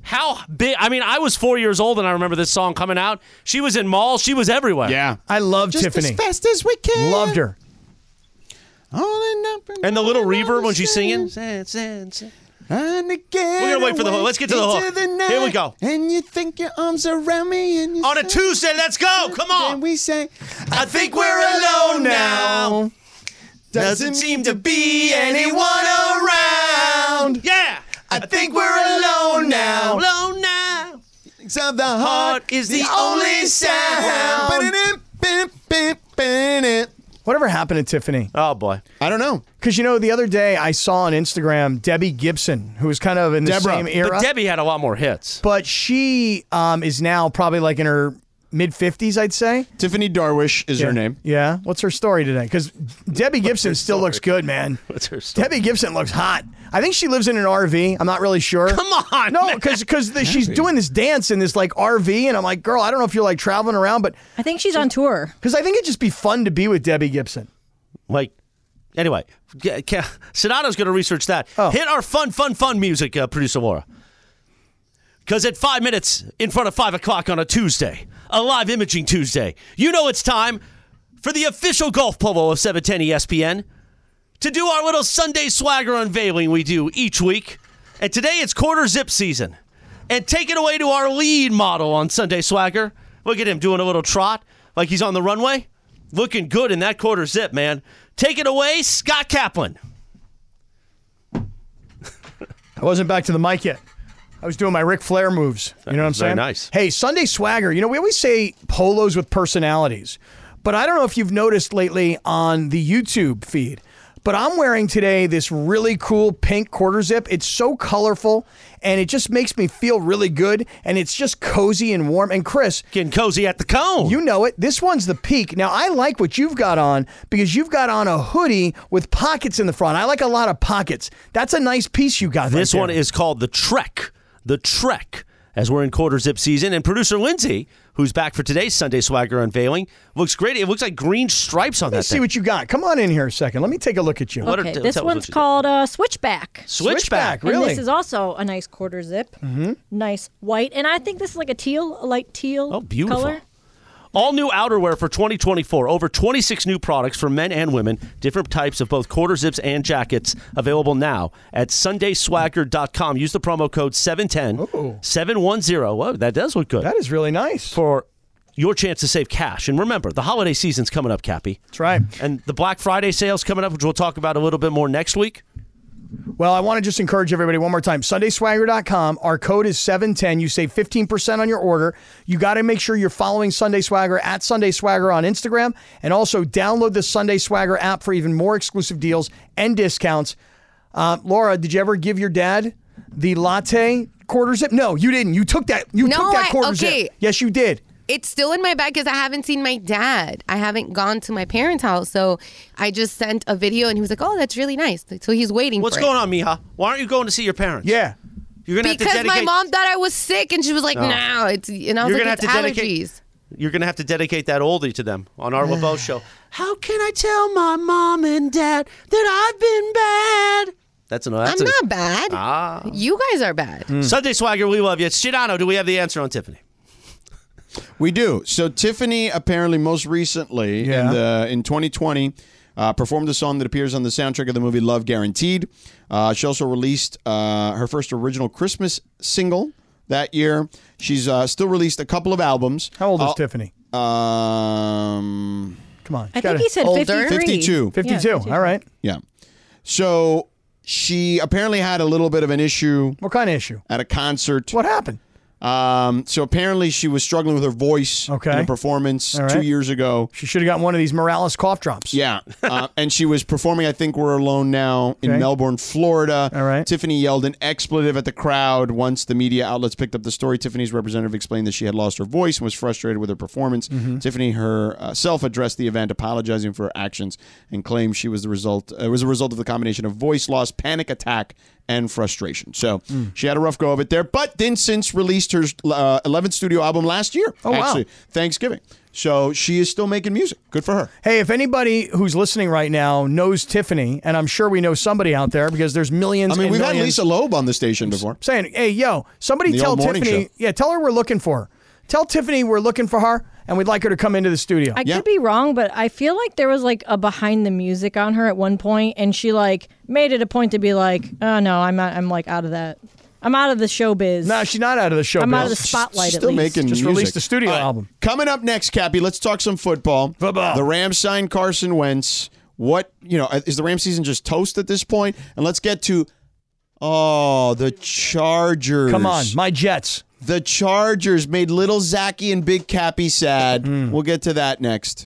E: How big? I mean, I was four years old and I remember this song coming out. She was in malls. She was everywhere. Yeah,
D: I love Tiffany.
A: fast as we can.
D: Loved her.
E: And the little reverb when she's singing. We're gonna wait for the hook. Let's get to the hook. Here we go.
A: And you think your arms around me and you
E: On a Tuesday, let's go. Come on.
A: we say,
E: I think we're alone now.
A: Doesn't seem to be
E: anyone
A: around.
E: Yeah.
A: I think we're alone now.
C: Oh,
E: Alone now.
A: So the heart is the only sound.
D: Whatever happened to Tiffany?
E: Oh boy,
A: I don't know.
D: Because you know, the other day I saw on Instagram Debbie Gibson, who was kind of in the same era.
E: But Debbie had a lot more hits.
D: but she um, is now probably like in her mid 50s, I'd say.
A: Tiffany Darwish is
D: yeah.
A: her name.
D: Yeah. What's her story today? Because Debbie Gibson still looks good, man.
E: What's her story?
D: Debbie Gibson looks hot. I think she lives in an RV. I'm not really sure. Come
E: on.
D: No, because she's doing this dance in this like RV, and I'm like, girl, I don't know if you're like traveling around, but
F: I think she's on tour.
D: because I think it'd just be fun to be with Debbie Gibson.
E: Like, anyway, Ga- Ca- Sedano's going to research that. Hit our fun, fun, fun music, uh, producer Laura. Because at five minutes in front of five o'clock on a Tuesday, a live imaging Tuesday, you know it's time for the official golf polo of E 710 ESPN to do our little Sunday swagger unveiling we do each week. And today it's quarter zip season. And take it away to our lead model on Sunday swagger. Look at him doing a little trot like he's on the runway. Looking good in that quarter zip, man. Take it away, Scott Kaplan.
D: I wasn't back to the mic yet. I was doing my Ric Flair moves. You know what I'm
E: Very
D: saying?
E: nice.
D: Hey, Sunday swagger. You know, we always say polos with personalities, but I don't know if you've noticed lately on the YouTube feed. But I'm wearing today this really cool pink quarter zip. It's so colorful and it just makes me feel really good and it's just cozy and warm. And Chris,
E: Getting cozy at the cone.
D: you know it. This one's the peak. Now I like what you've got on because you've got on a hoodie with pockets in the front. I like a lot of pockets. That's a nice piece you got.
E: This
D: right there.
E: one is called The Trek. The Trek, as we're in quarter zip season. And producer Lindsay, who's back for today's Sunday Swagger unveiling, looks great. It looks like green stripes on
D: Let me
E: that
D: see
E: thing.
D: what you got. Come on in here a second. Let me take a look at you.
E: What are-
F: Okay,
E: tell
F: this
E: us what
F: one's
E: you did.
F: called uh, Switchback.
E: Switchback.
D: Switchback, really?
F: And this is also a nice quarter zip. Mm-hmm. Nice white. And I think this is like a teal, a light teal
E: Oh, beautiful.
F: color.
E: All new outerwear for 2024. Over 26 new products for men and women. Different types of both quarter zips and jackets available now at sundayswagger.com. Use the promo code 710 710. Whoa, that does look good.
D: that is really nice.
E: for your chance to save cash. And remember, the holiday season's coming up, Cappy.
D: That's right.
E: And the Black Friday sale's coming up, which we'll talk about a little bit more next week.
D: Well, I want to just encourage everybody one more time. Sundayswagger.com. Our code is 710. You save 15% on your order. You got to make sure you're following Sunday Swagger at Sunday Swagger on Instagram and also download the Sunday Swagger app for even more exclusive deals and discounts. Uh, Laura, did you ever give your dad the latte quarter zip? No, you didn't. You took that. You
I: No,
D: took that
I: I-
D: quarter
I: okay.
D: zip. Yes, you did.
I: It's still in my bag because I haven't seen my dad. I haven't gone to my parents' house, so I just sent a video, and he was like, "Oh, that's really nice." So he's waiting.
E: What's
I: for
E: going
I: it.
E: on, Mija? Why aren't you going to see your parents?
D: Yeah.
E: You're gonna
I: Because
E: have to dedicate.
I: my mom thought I was sick, and she was like,
E: No.
I: "No, it's," and I was
E: you're gonna
I: like, "It's
E: have to dedicate.
I: allergies."
E: You're gonna have to dedicate that oldie to them on our LeBeau show.
M: How can I tell my mom and dad that I've been bad?
E: That's an. That's
I: I'm
E: a-
I: not bad.
E: Ah.
I: You guys are bad.
E: Sunday Swagger, we love you. It's Shidano. Do we have the answer on Tiffany?
A: We do. So Tiffany apparently most recently
D: Yeah.
A: in the in 2020 uh, performed a song that appears on the soundtrack of the movie Love Guaranteed. Uh, she also released uh, her first original Christmas single that year. She's uh, still released a couple of albums. How
D: old is Tiffany?
A: Um,
D: Come on.
F: I think he said
A: Older?
F: 53.
A: 52.
F: Yeah,
A: 52, all
D: All right.
A: Yeah. So she apparently had a little bit of an issue.
D: What kind of issue?
A: At a concert.
D: What happened?
A: Um, so apparently she was struggling with her voice in
D: Okay.
A: a performance
D: All right.
A: two years ago.
D: She should have gotten one of these Morales cough drops.
A: Yeah. Uh, and she was performing, I think we're alone now, in
D: Okay.
A: Melbourne, Florida. All right. Tiffany yelled an expletive at the crowd once the media outlets picked up the story. Tiffany's representative explained that she had lost her voice and was frustrated with her performance.
D: Mm-hmm.
N: Mhm.
A: Tiffany herself addressed the event, apologizing for her actions and claimed she was the result. It was a result of the combination of voice loss, panic attack, and frustration. So
D: Mm.
A: she had a rough go of it there. But then since released her uh, 11th studio album last year,
D: Oh, wow.
A: actually Thanksgiving. So she is still making music. Good for her.
D: Hey, if anybody who's listening right now knows Tiffany, and I'm sure we know somebody out there because there's millions.
A: I mean,
D: and
A: we've had
D: millions-
A: Lisa Loeb on the station before.
D: saying, "Hey, yo, somebody
A: The
D: tell
A: old morning
D: Tiffany,
A: show.
D: yeah, tell her we're looking for her. Tell Tiffany we're looking for her, and we'd like her to come into the studio."
F: I could be wrong, but I feel like there was like a behind the music on her at one point, and she like made it a point to be like, "Oh no, I'm not, I'm like out of that. I'm out of the showbiz."
D: No, she's not out of the show.
F: I'm
D: Bill.
F: out of the spotlight.
A: Still
F: at least.
A: making
D: Just
A: music.
D: released a studio
A: All right.
D: album.
A: Coming up next, Cappy, let's talk some football. Football. The Rams signed Carson Wentz. What you know is the Ram season just toast at this point? And let's get to oh the Chargers.
D: Come on, my Jets. Mm.
A: The Chargers made little Zachy and Big Cappy sad. We'll get to that next.